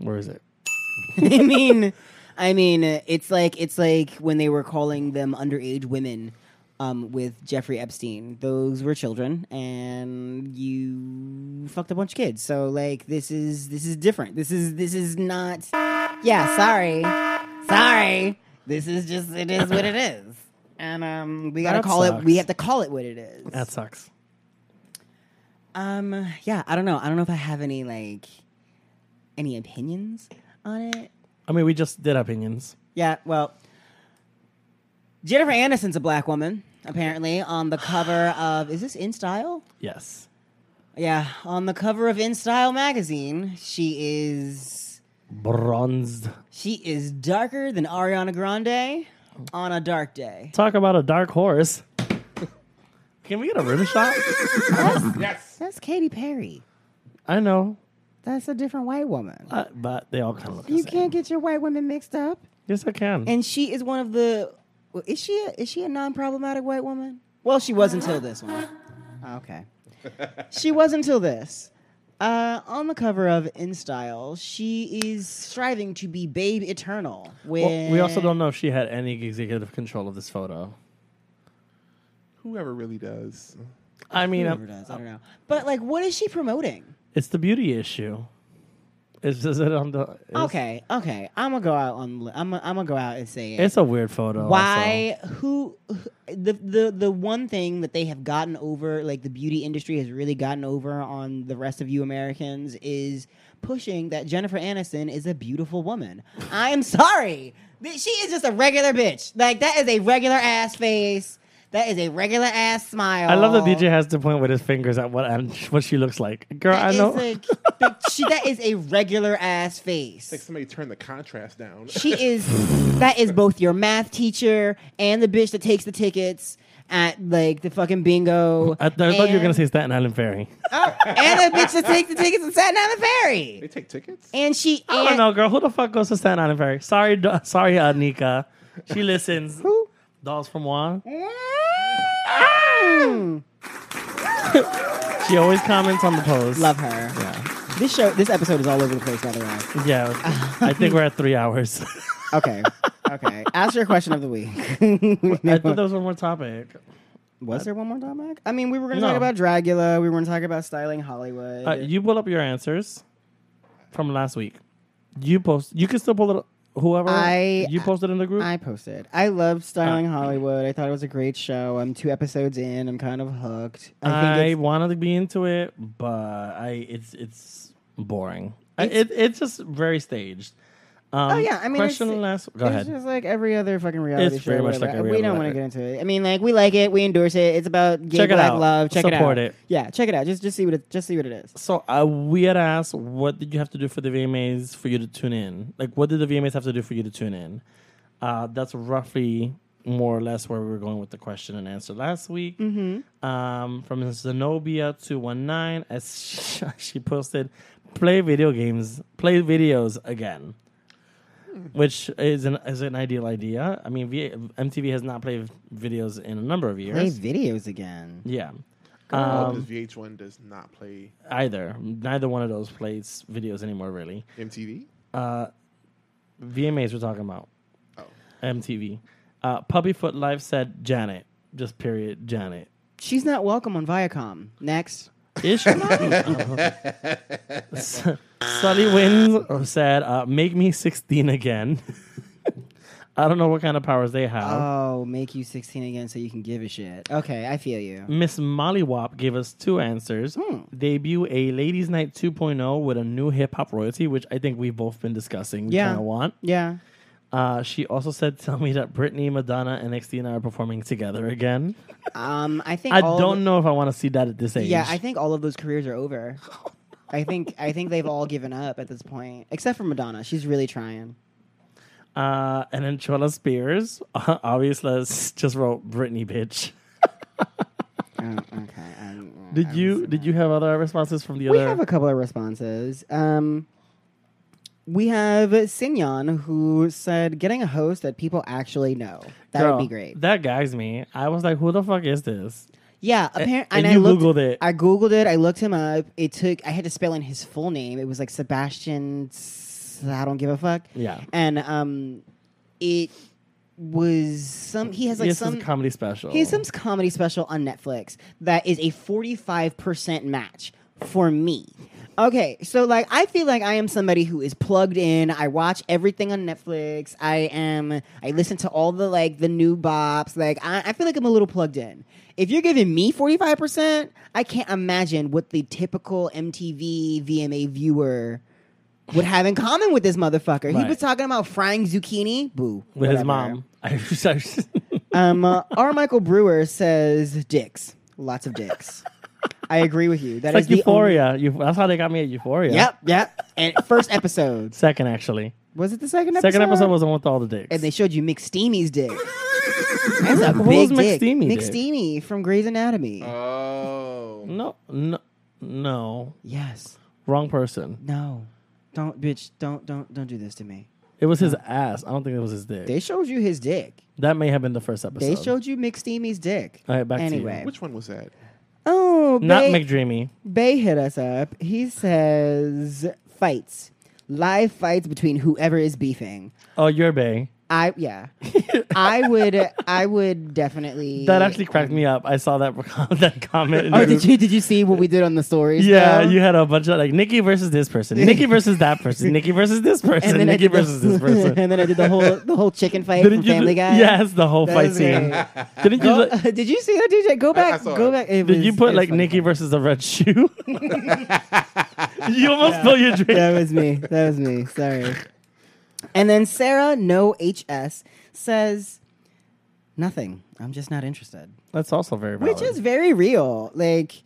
Where is it? I mean, I mean, uh, it's like it's like when they were calling them underage women um, with Jeffrey Epstein. Those were children, and you fucked a bunch of kids. So like, this is this is different. This is this is not. Yeah, sorry, sorry. This is just it is what it is, and um, we gotta That call sucks. it. We have to call it what it is. That sucks. Um, yeah, I don't know. I don't know if I have any like any opinions on it. I mean, we just did opinions. Yeah, well, Jennifer Aniston's a black woman, apparently, on the cover of is this In Style? Yes. Yeah, on the cover of In Style magazine, she is Bronzed. she is darker than Ariana Grande on a dark day. Talk about a dark horse. Can we get a rim shot? That's Katy Perry. I know, That's a different white woman. uh, but they all kind of look the You same. can't get your white women mixed up. Yes, I can. And she is one of the well, is she a, is she a non-problematic white woman? Well, she was until this one. Okay. she was until this. Uh, on the cover of In Style, she is striving to be Babe Eternal. With well, we also don't know if she had any executive control of this photo. Whoever really does. I mean, uh, Whoever does, I don't know. But like, what is she promoting? it's the beauty issue. Is, is it on the? is- okay, okay. I'm gonna go out on. I'm gonna, I'm gonna go out and say it. It's a weird photo. also. why who the the the one thing that they have gotten over like the beauty industry has really gotten over on the rest of you Americans is pushing that Jennifer Aniston is a beautiful woman. I am sorry. Th- She is just a regular bitch. Like that is a regular ass face. That is a regular ass smile. I love that DJ has to point with his fingers at what and what she looks like. Girl, That I is know. a- but she, that is a regular ass face. Like somebody turned the contrast down. She is. That is both your math teacher and the bitch that takes the tickets at like the fucking bingo. I, th- I thought you were and- gonna say Staten Island Ferry. Oh, and the bitch that takes the tickets at Staten Island they Ferry. take tickets. And she. I don't and- know, girl. Who the fuck goes to Staten Island Ferry? Sorry, do- sorry, uh, Nika. She listens. Who? Dolls from Juan. Mm. She always comments on the post. Love her. This show, this episode is all over the place, by the way. Yeah, I think we're at three hours. Okay, okay. Ask your question of the week. I thought there was one more topic. Was there one more topic? I mean, we were going to No. talk about Dragula. We were going to talk about styling Hollywood. Uh, you pull up your answers from last week. You post. You can still pull it. up- Whoever I- you posted in the group. I posted. I loved Styling Uh, Hollywood. I thought it was a great show. I'm two episodes in. I'm kind of hooked. I I, think it's, wanted to be into it, but I it's it's boring. I- it, it's just very staged. Um, oh yeah, I mean, question it's, last. Go it's ahead. just like every other fucking reality It's show. very or much like whatever. every we other don't want to get reality. into it. I mean, like we like it. We endorse it. It's about gay Check it black out. love. Check it out. Support it. Yeah, check it out. Just just see what it, just see what it is. so uh, we had asked, what did you have to do for the VMAs for you to tune in? Like, what did the VMAs have to do for you to tune in? Uh, that's roughly more or less where we were going with the question and answer last week. Um, from Zenobia two one nine, as she, she posted, play video games, play videos again, which is an is an ideal idea. I mean, v- MTV has not played videos in a number of years. Play videos again. Yeah. Um, VH1 does not play Either. Neither one of those plays videos anymore, really. MTV. VMAs we're talking about. Oh. MTV. Uh, Puppyfoot Life said Janet. Just period. Janet. She's not welcome on Viacom. Next. Is she? S- Sully Wins said, uh, "Make me 16 again." I don't know what kind of powers they have. Oh, make you 16 again so you can give a shit. Okay, I feel you. Miss Molly Wop gave us two answers. Debut a Ladies Night 2.0 with a new hip hop royalty, which I think we've both been discussing. We Yeah. kind of want. Yeah. Uh, she also said, "Tell me that Britney, Madonna, and NXT and I are performing together again." Um, I think I all don't the- know if I want to see that at this age. Yeah, I think all of those careers are over. Oh, I think I think they've all given up at this point, except for Madonna. She's really trying. Uh, and then Chola Spears, obviously, just wrote Britney, bitch. Oh, okay. um, Did you did you have other responses from the we other? have a couple of responses. Um, we have Sinyon who said getting a host that people actually know that Girl, would be great. That guys me. I was like, who the fuck is this? Yeah, apparently. and I you looked, Googled it. I googled it. I looked him up. It took. I had to spell in his full name. It was like Sebastian. S- I don't give a fuck. Yeah. And um, it was some. He has like this some. is a comedy special. he has some comedy special on Netflix that is a forty-five percent match for me. Okay, so like I feel like I am somebody who is plugged in. I watch everything on Netflix. I am. I listen to all the like the new bops. Like I, I feel like I'm a little plugged in. If you're giving me forty-five percent, I can't imagine what the typical MTV VMA viewer would have in common with this motherfucker. He Right. was talking about frying zucchini. Boo. with his Whatever. mom. I, Um, uh, R. Michael Brewer says dicks, lots of dicks. I agree with you. That is like the only- Euphoria. Euph- that's how they got me at Euphoria. Yep, yep. And first episode Second actually. was it the second episode? Second episode was the one with all the dicks. and they showed you McSteamy's dick. That's a Who big was dick. McSteamy dick? McSteamy from Grey's Anatomy. Oh, no, no, no, yes. wrong person. No. Don't, bitch. Don't, don't, don't do this to me. It was his ass. I don't think it was his dick. They showed you his dick. that may have been the first episode. They showed you McSteamy's dick. All right, back to you. anyway. which one was that? Oh, not babe. McDreamy. Bay hit us up. He says fights, live fights between whoever is beefing. Oh, you're Bay. I yeah, I would I would definitely. That actually cracked me up. I saw that that comment. in the Oh, group. did you did you see what we did on the stories? Yeah, though? you had a bunch of like Nikki versus this person, Nikki versus that person, Nikki versus this person, I Nikki did the- versus this person. and then I did the whole the whole chicken fight from you? Family Guy. Yes, the whole That fight is scene. great. Didn't you? Go, like- did you see that DJ? Go I back, saw go it. back. It Did you was- put it was like funny. Nikki versus the red shoe? you almost spilled your drink. That was me. That was me. Sorry. And then Sarah No HS says, Nothing. I'm just not interested. That's also very valid. Which is very real. Like,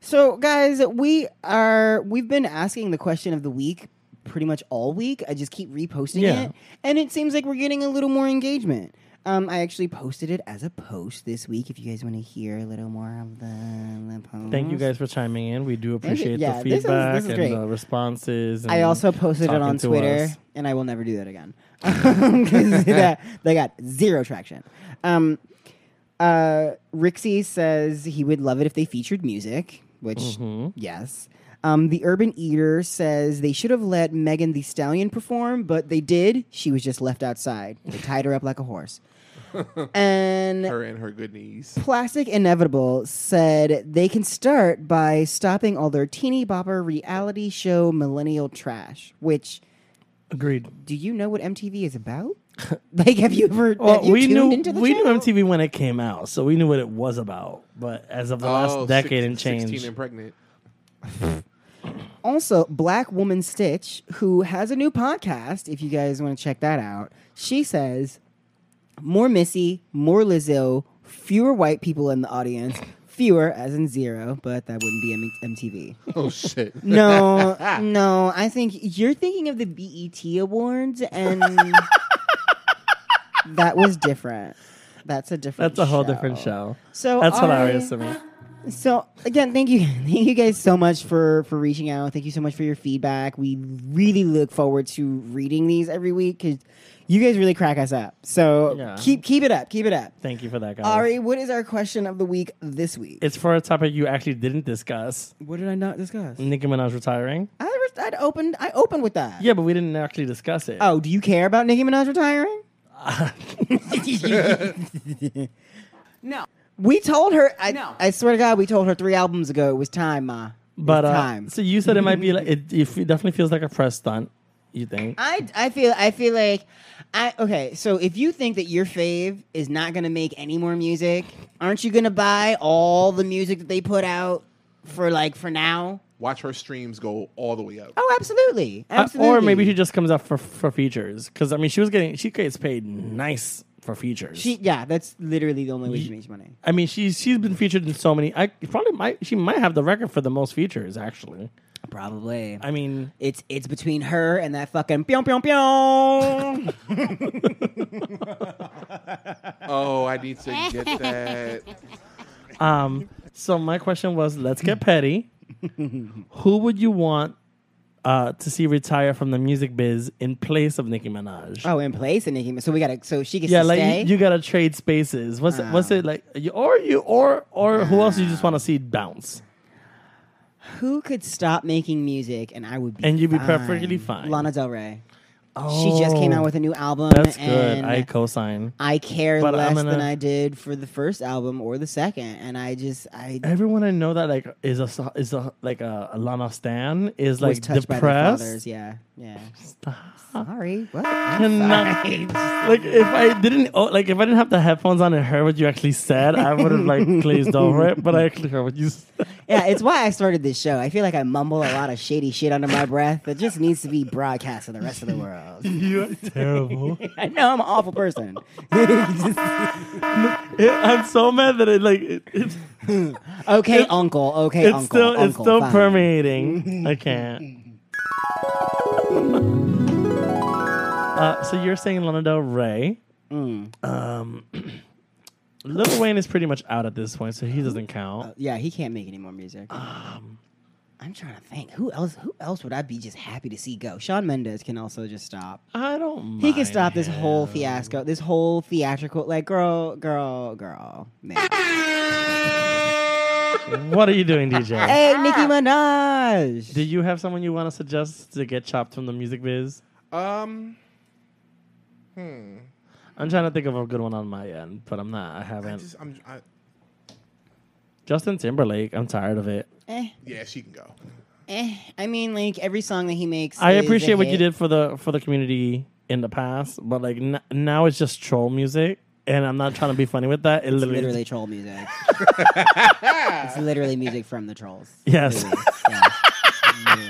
so guys, we are we've been asking the question of the week pretty much all week. I just keep reposting Yeah. it, and it seems like we're getting a little more engagement. Um, I actually posted it as a post this week. If you guys want to hear a little more of the, the post, Thank you guys for chiming in. We do appreciate Yeah, the this is- this is feedback great. and the responses. And I also posted it talking on to Twitter, us. and I will never do that again. 'Cause that, they got zero traction. Um, uh, Rixie says he would love it if they featured music, which, Mm-hmm. yes. Um, the Urban Eater says they should have let Megan the Stallion perform, but they did. She was just left outside. They tied her up like a horse. and Her and her good knees. Plastic Inevitable said they can start by stopping all their teeny bopper reality show millennial trash. Which agreed. do you know what MTV is about? like, have you ever? Well, have you we tuned knew into the we channel? knew MTV when it came out, so we knew what it was about. But as of the Oh, last decade six- and change, 16 and pregnant. Also, Black Woman Stitch, who has a new podcast, if you guys want to check that out, she says more Missy, more Lizzo, fewer white people in the audience, fewer as in zero, but that wouldn't be M- MTV. Oh shit. No, no. I think you're thinking of the BET Awards, and that was different. That's a different. that's a whole different show. So That's all right. hilarious to me. So again, thank you, thank you guys so much for for reaching out. Thank you so much for your feedback. We really look forward to reading these every week because you guys really crack us up. So Yeah. keep keep it up, keep it up. Thank you for that, guys. Ari, what is our question of the week this week? It's for a topic you actually didn't discuss. What did I not discuss? Nicki Minaj retiring. I was- I'd opened I opened with that. Yeah, but we didn't actually discuss it. Oh, do you care about Nicki Minaj retiring? No. We told her. I, No. I swear to God, we told her three albums ago it was time, ma. but it's uh, time. so you said it might be like it, it fe- definitely feels like a press stunt. You think? Uh, I, I feel I feel like I okay. So if you think that your fave is not gonna make any more music, aren't you gonna buy all the music that they put out for like for now? Watch her streams go all the way up. Oh, absolutely, Uh, absolutely. or maybe she just comes up for for features because I mean she was getting she gets paid nice for features. She- yeah, that's literally the only way she makes money. I mean she's she's been featured in so many. I probably might she might have the record for the most features actually. Probably. I mean It's it's between her and that fucking pyong pyong pyong. Oh, I need to get that. Um, so my question was, let's get petty. Who would you want uh, to see retire from the music biz in place of Nicki Minaj? Oh, in place and Nicki. Mi- So we gotta. So she gets yeah, to like stay. Ah. you, you gotta trade spaces. What's it, what's it like? You, or you or or who else you just want to see bounce? Who could stop making music and I would be And you'd be perfectly fine. Lana Del Rey. She just came out with a new album. That's good. and I co-sign. I care But I'm less than gonna- I did for the first album or the second, and I just I Everyone I know that like is a is a like a, a Lana Stan is was like touched by their fathers. depressed. Yeah, yeah. Stop. Sorry, what? cannot- like if I didn't oh, like if I didn't have the headphones on and heard what you actually said, I would have like glazed over it. But I actually heard what you. said. yeah, it's why I started this show. I feel like I mumble a lot of shady shit under my breath that just needs to be broadcast to the rest of the world. You're terrible. I know I'm an awful person. Just- I'm so mad that it like it, it's okay, Uncle. Okay, it's Uncle. still it's uncle, still fine. permeating. I can't. uh, so you're saying Lana Del Rey? Mm. Um, Lil Wayne is pretty much out at this point, so he doesn't count. Yeah, he can't make any more music. Um, I'm trying to think who else. Who else would I be just happy to see go? Sean Mendes can also just stop. I don't. He can mind stop this him. whole fiasco, this whole theatrical. Like, girl, girl, girl, man. What are you doing, DJ? hey, Nicki Minaj. Do you have someone you want to suggest to get chopped from the music biz? Um, I'm trying to think of a good one on my end, but I'm not. I I haven't. just, I'm, I, Justin Timberlake. I'm tired of it. eh, yeah, she can go. eh. I mean, like every song that he makes. I is a appreciate what you hit. did for the for the community in the past, but like n- now it's just troll music, and I'm not trying to be funny with that. It It's literally, literally troll music. it's literally music from the trolls. yes. Literally,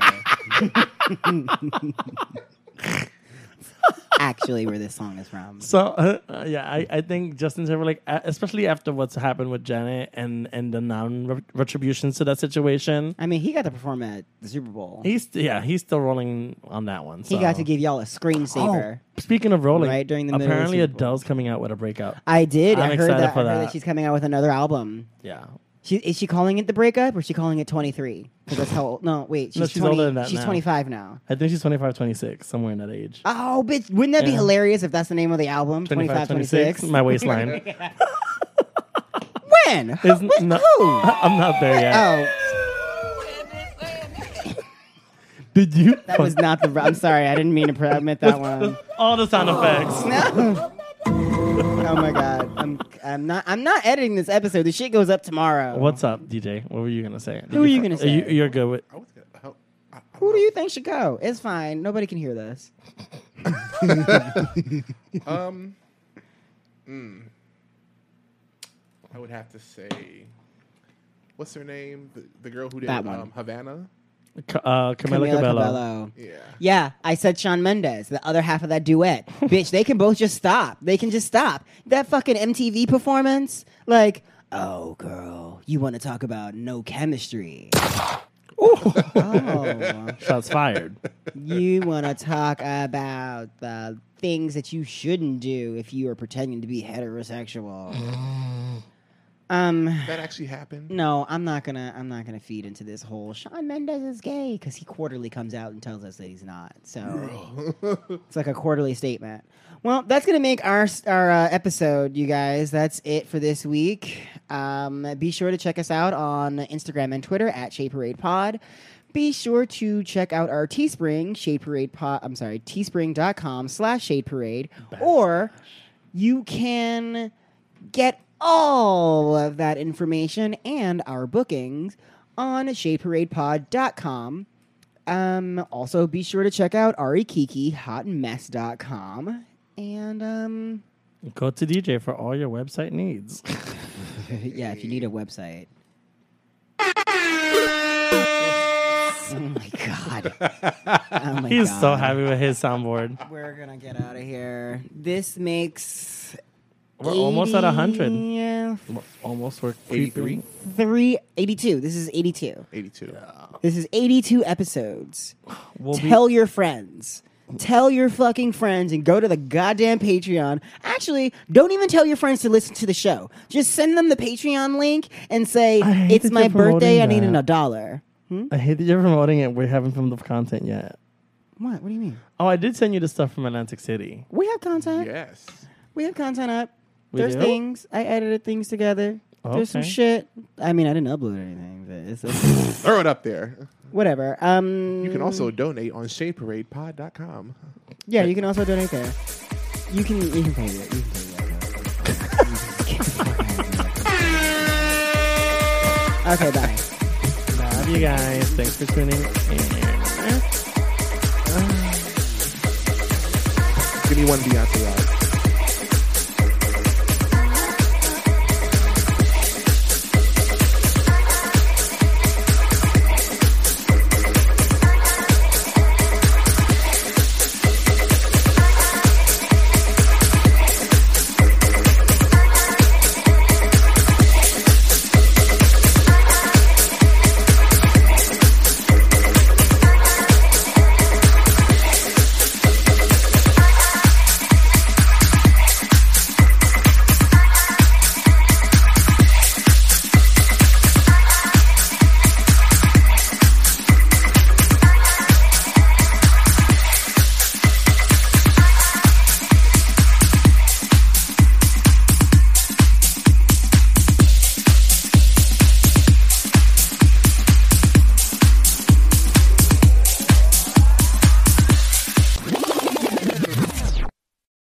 yeah. Literally. actually where this song is from. So uh, uh, yeah, I, I think Justin Timberlake, uh, especially after what's happened with Janet and and the non retributions to that situation, I mean, he got to perform at the Super Bowl. He, he's yeah he's still rolling on that one. so. got to give y'all a screensaver. Oh, Speaking of rolling, Right during the middle of the apparently Super Bowl. Adele's coming out with a breakout. I did. I'm I heard excited that, for I heard that that. she's coming out with another album. yeah, She, is she calling it the breakup or is she calling it 23? Because that's how old. No, wait. She's, No, she's 20 older than that She's now. 25 now. I think she's 25, 26, somewhere in that age. Oh, bitch. Wouldn't that be Yeah. hilarious if that's the name of the album? 25, 26? my waistline. When? Who- It's when- not- who? I'm not there yet. Oh, Did you? that was not the. I'm sorry. I didn't mean to pre- I meant that one. all the sound effects. Oh my god. I'm I'm not I'm not editing this episode. The shit goes up tomorrow. What's up, DJ? What were you gonna say? Did Who are you gonna say? You, are good with. I was gonna- I- I- I- Who do you think should go? It's fine. Nobody can hear this. Um, mm. I would have to say, what's her name? The, the girl who did That one. um, Havana. Ca- Uh, Camila Cabello. Yeah. Yeah, I said Sean Mendes, the other half of that duet. Bitch, they can both just stop. They can just stop. That fucking MTV performance, like, oh girl, you want to talk about no chemistry. oh, Shots fired. you want to talk about the things that you shouldn't do if you are pretending to be heterosexual. um, That actually happened. no, I'm not gonna. I'm not gonna feed into this whole Sean Mendes is gay because he quarterly comes out and tells us that he's not. So it's like a quarterly statement. Well, that's gonna make our our uh, episode, you guys. That's it for this week. Um, be sure to check us out on Instagram and Twitter at Shade Parade Pod. Be sure to check out our Teespring Shade Parade Pod. I'm sorry, teespring.com slash Shade Parade, or you can get all of that information and our bookings on shadeparadepod.com. Um, also, be sure to check out E arikikihotmess.com. And um, Go to DJ for all your website needs. Oh yeah, if you need a website. Oh my god! Oh my He's so God. happy with his soundboard. We're gonna get out of here. This makes We're almost at 100. Yeah, Almost we're 83. creeping. three eighty-two. This is eighty-two. 82. This is 82 episodes. We'll be- Tell your friends. Tell your fucking friends and go to the goddamn Patreon. Actually, don't even tell your friends to listen to the show. Just send them the Patreon link and say, I hate It's that my you're promoting birthday. I need that. a dollar. I hate that you're promoting it. We haven't filmed the content yet. What? What do you mean? Oh, I did send you the stuff from Atlantic City. We have content. Yes. We have content up. We There's do? things. I edited things together. There's some Okay. shit. I mean, I didn't upload anything, but it's it's- Throw it up there. whatever. Um, You can also donate on shadeparadepod.com. Yeah, you can also donate there. You can you can pay it. You can pay it. okay, bye. Love you guys. Thanks for tuning in. Give me one Beyonce ride.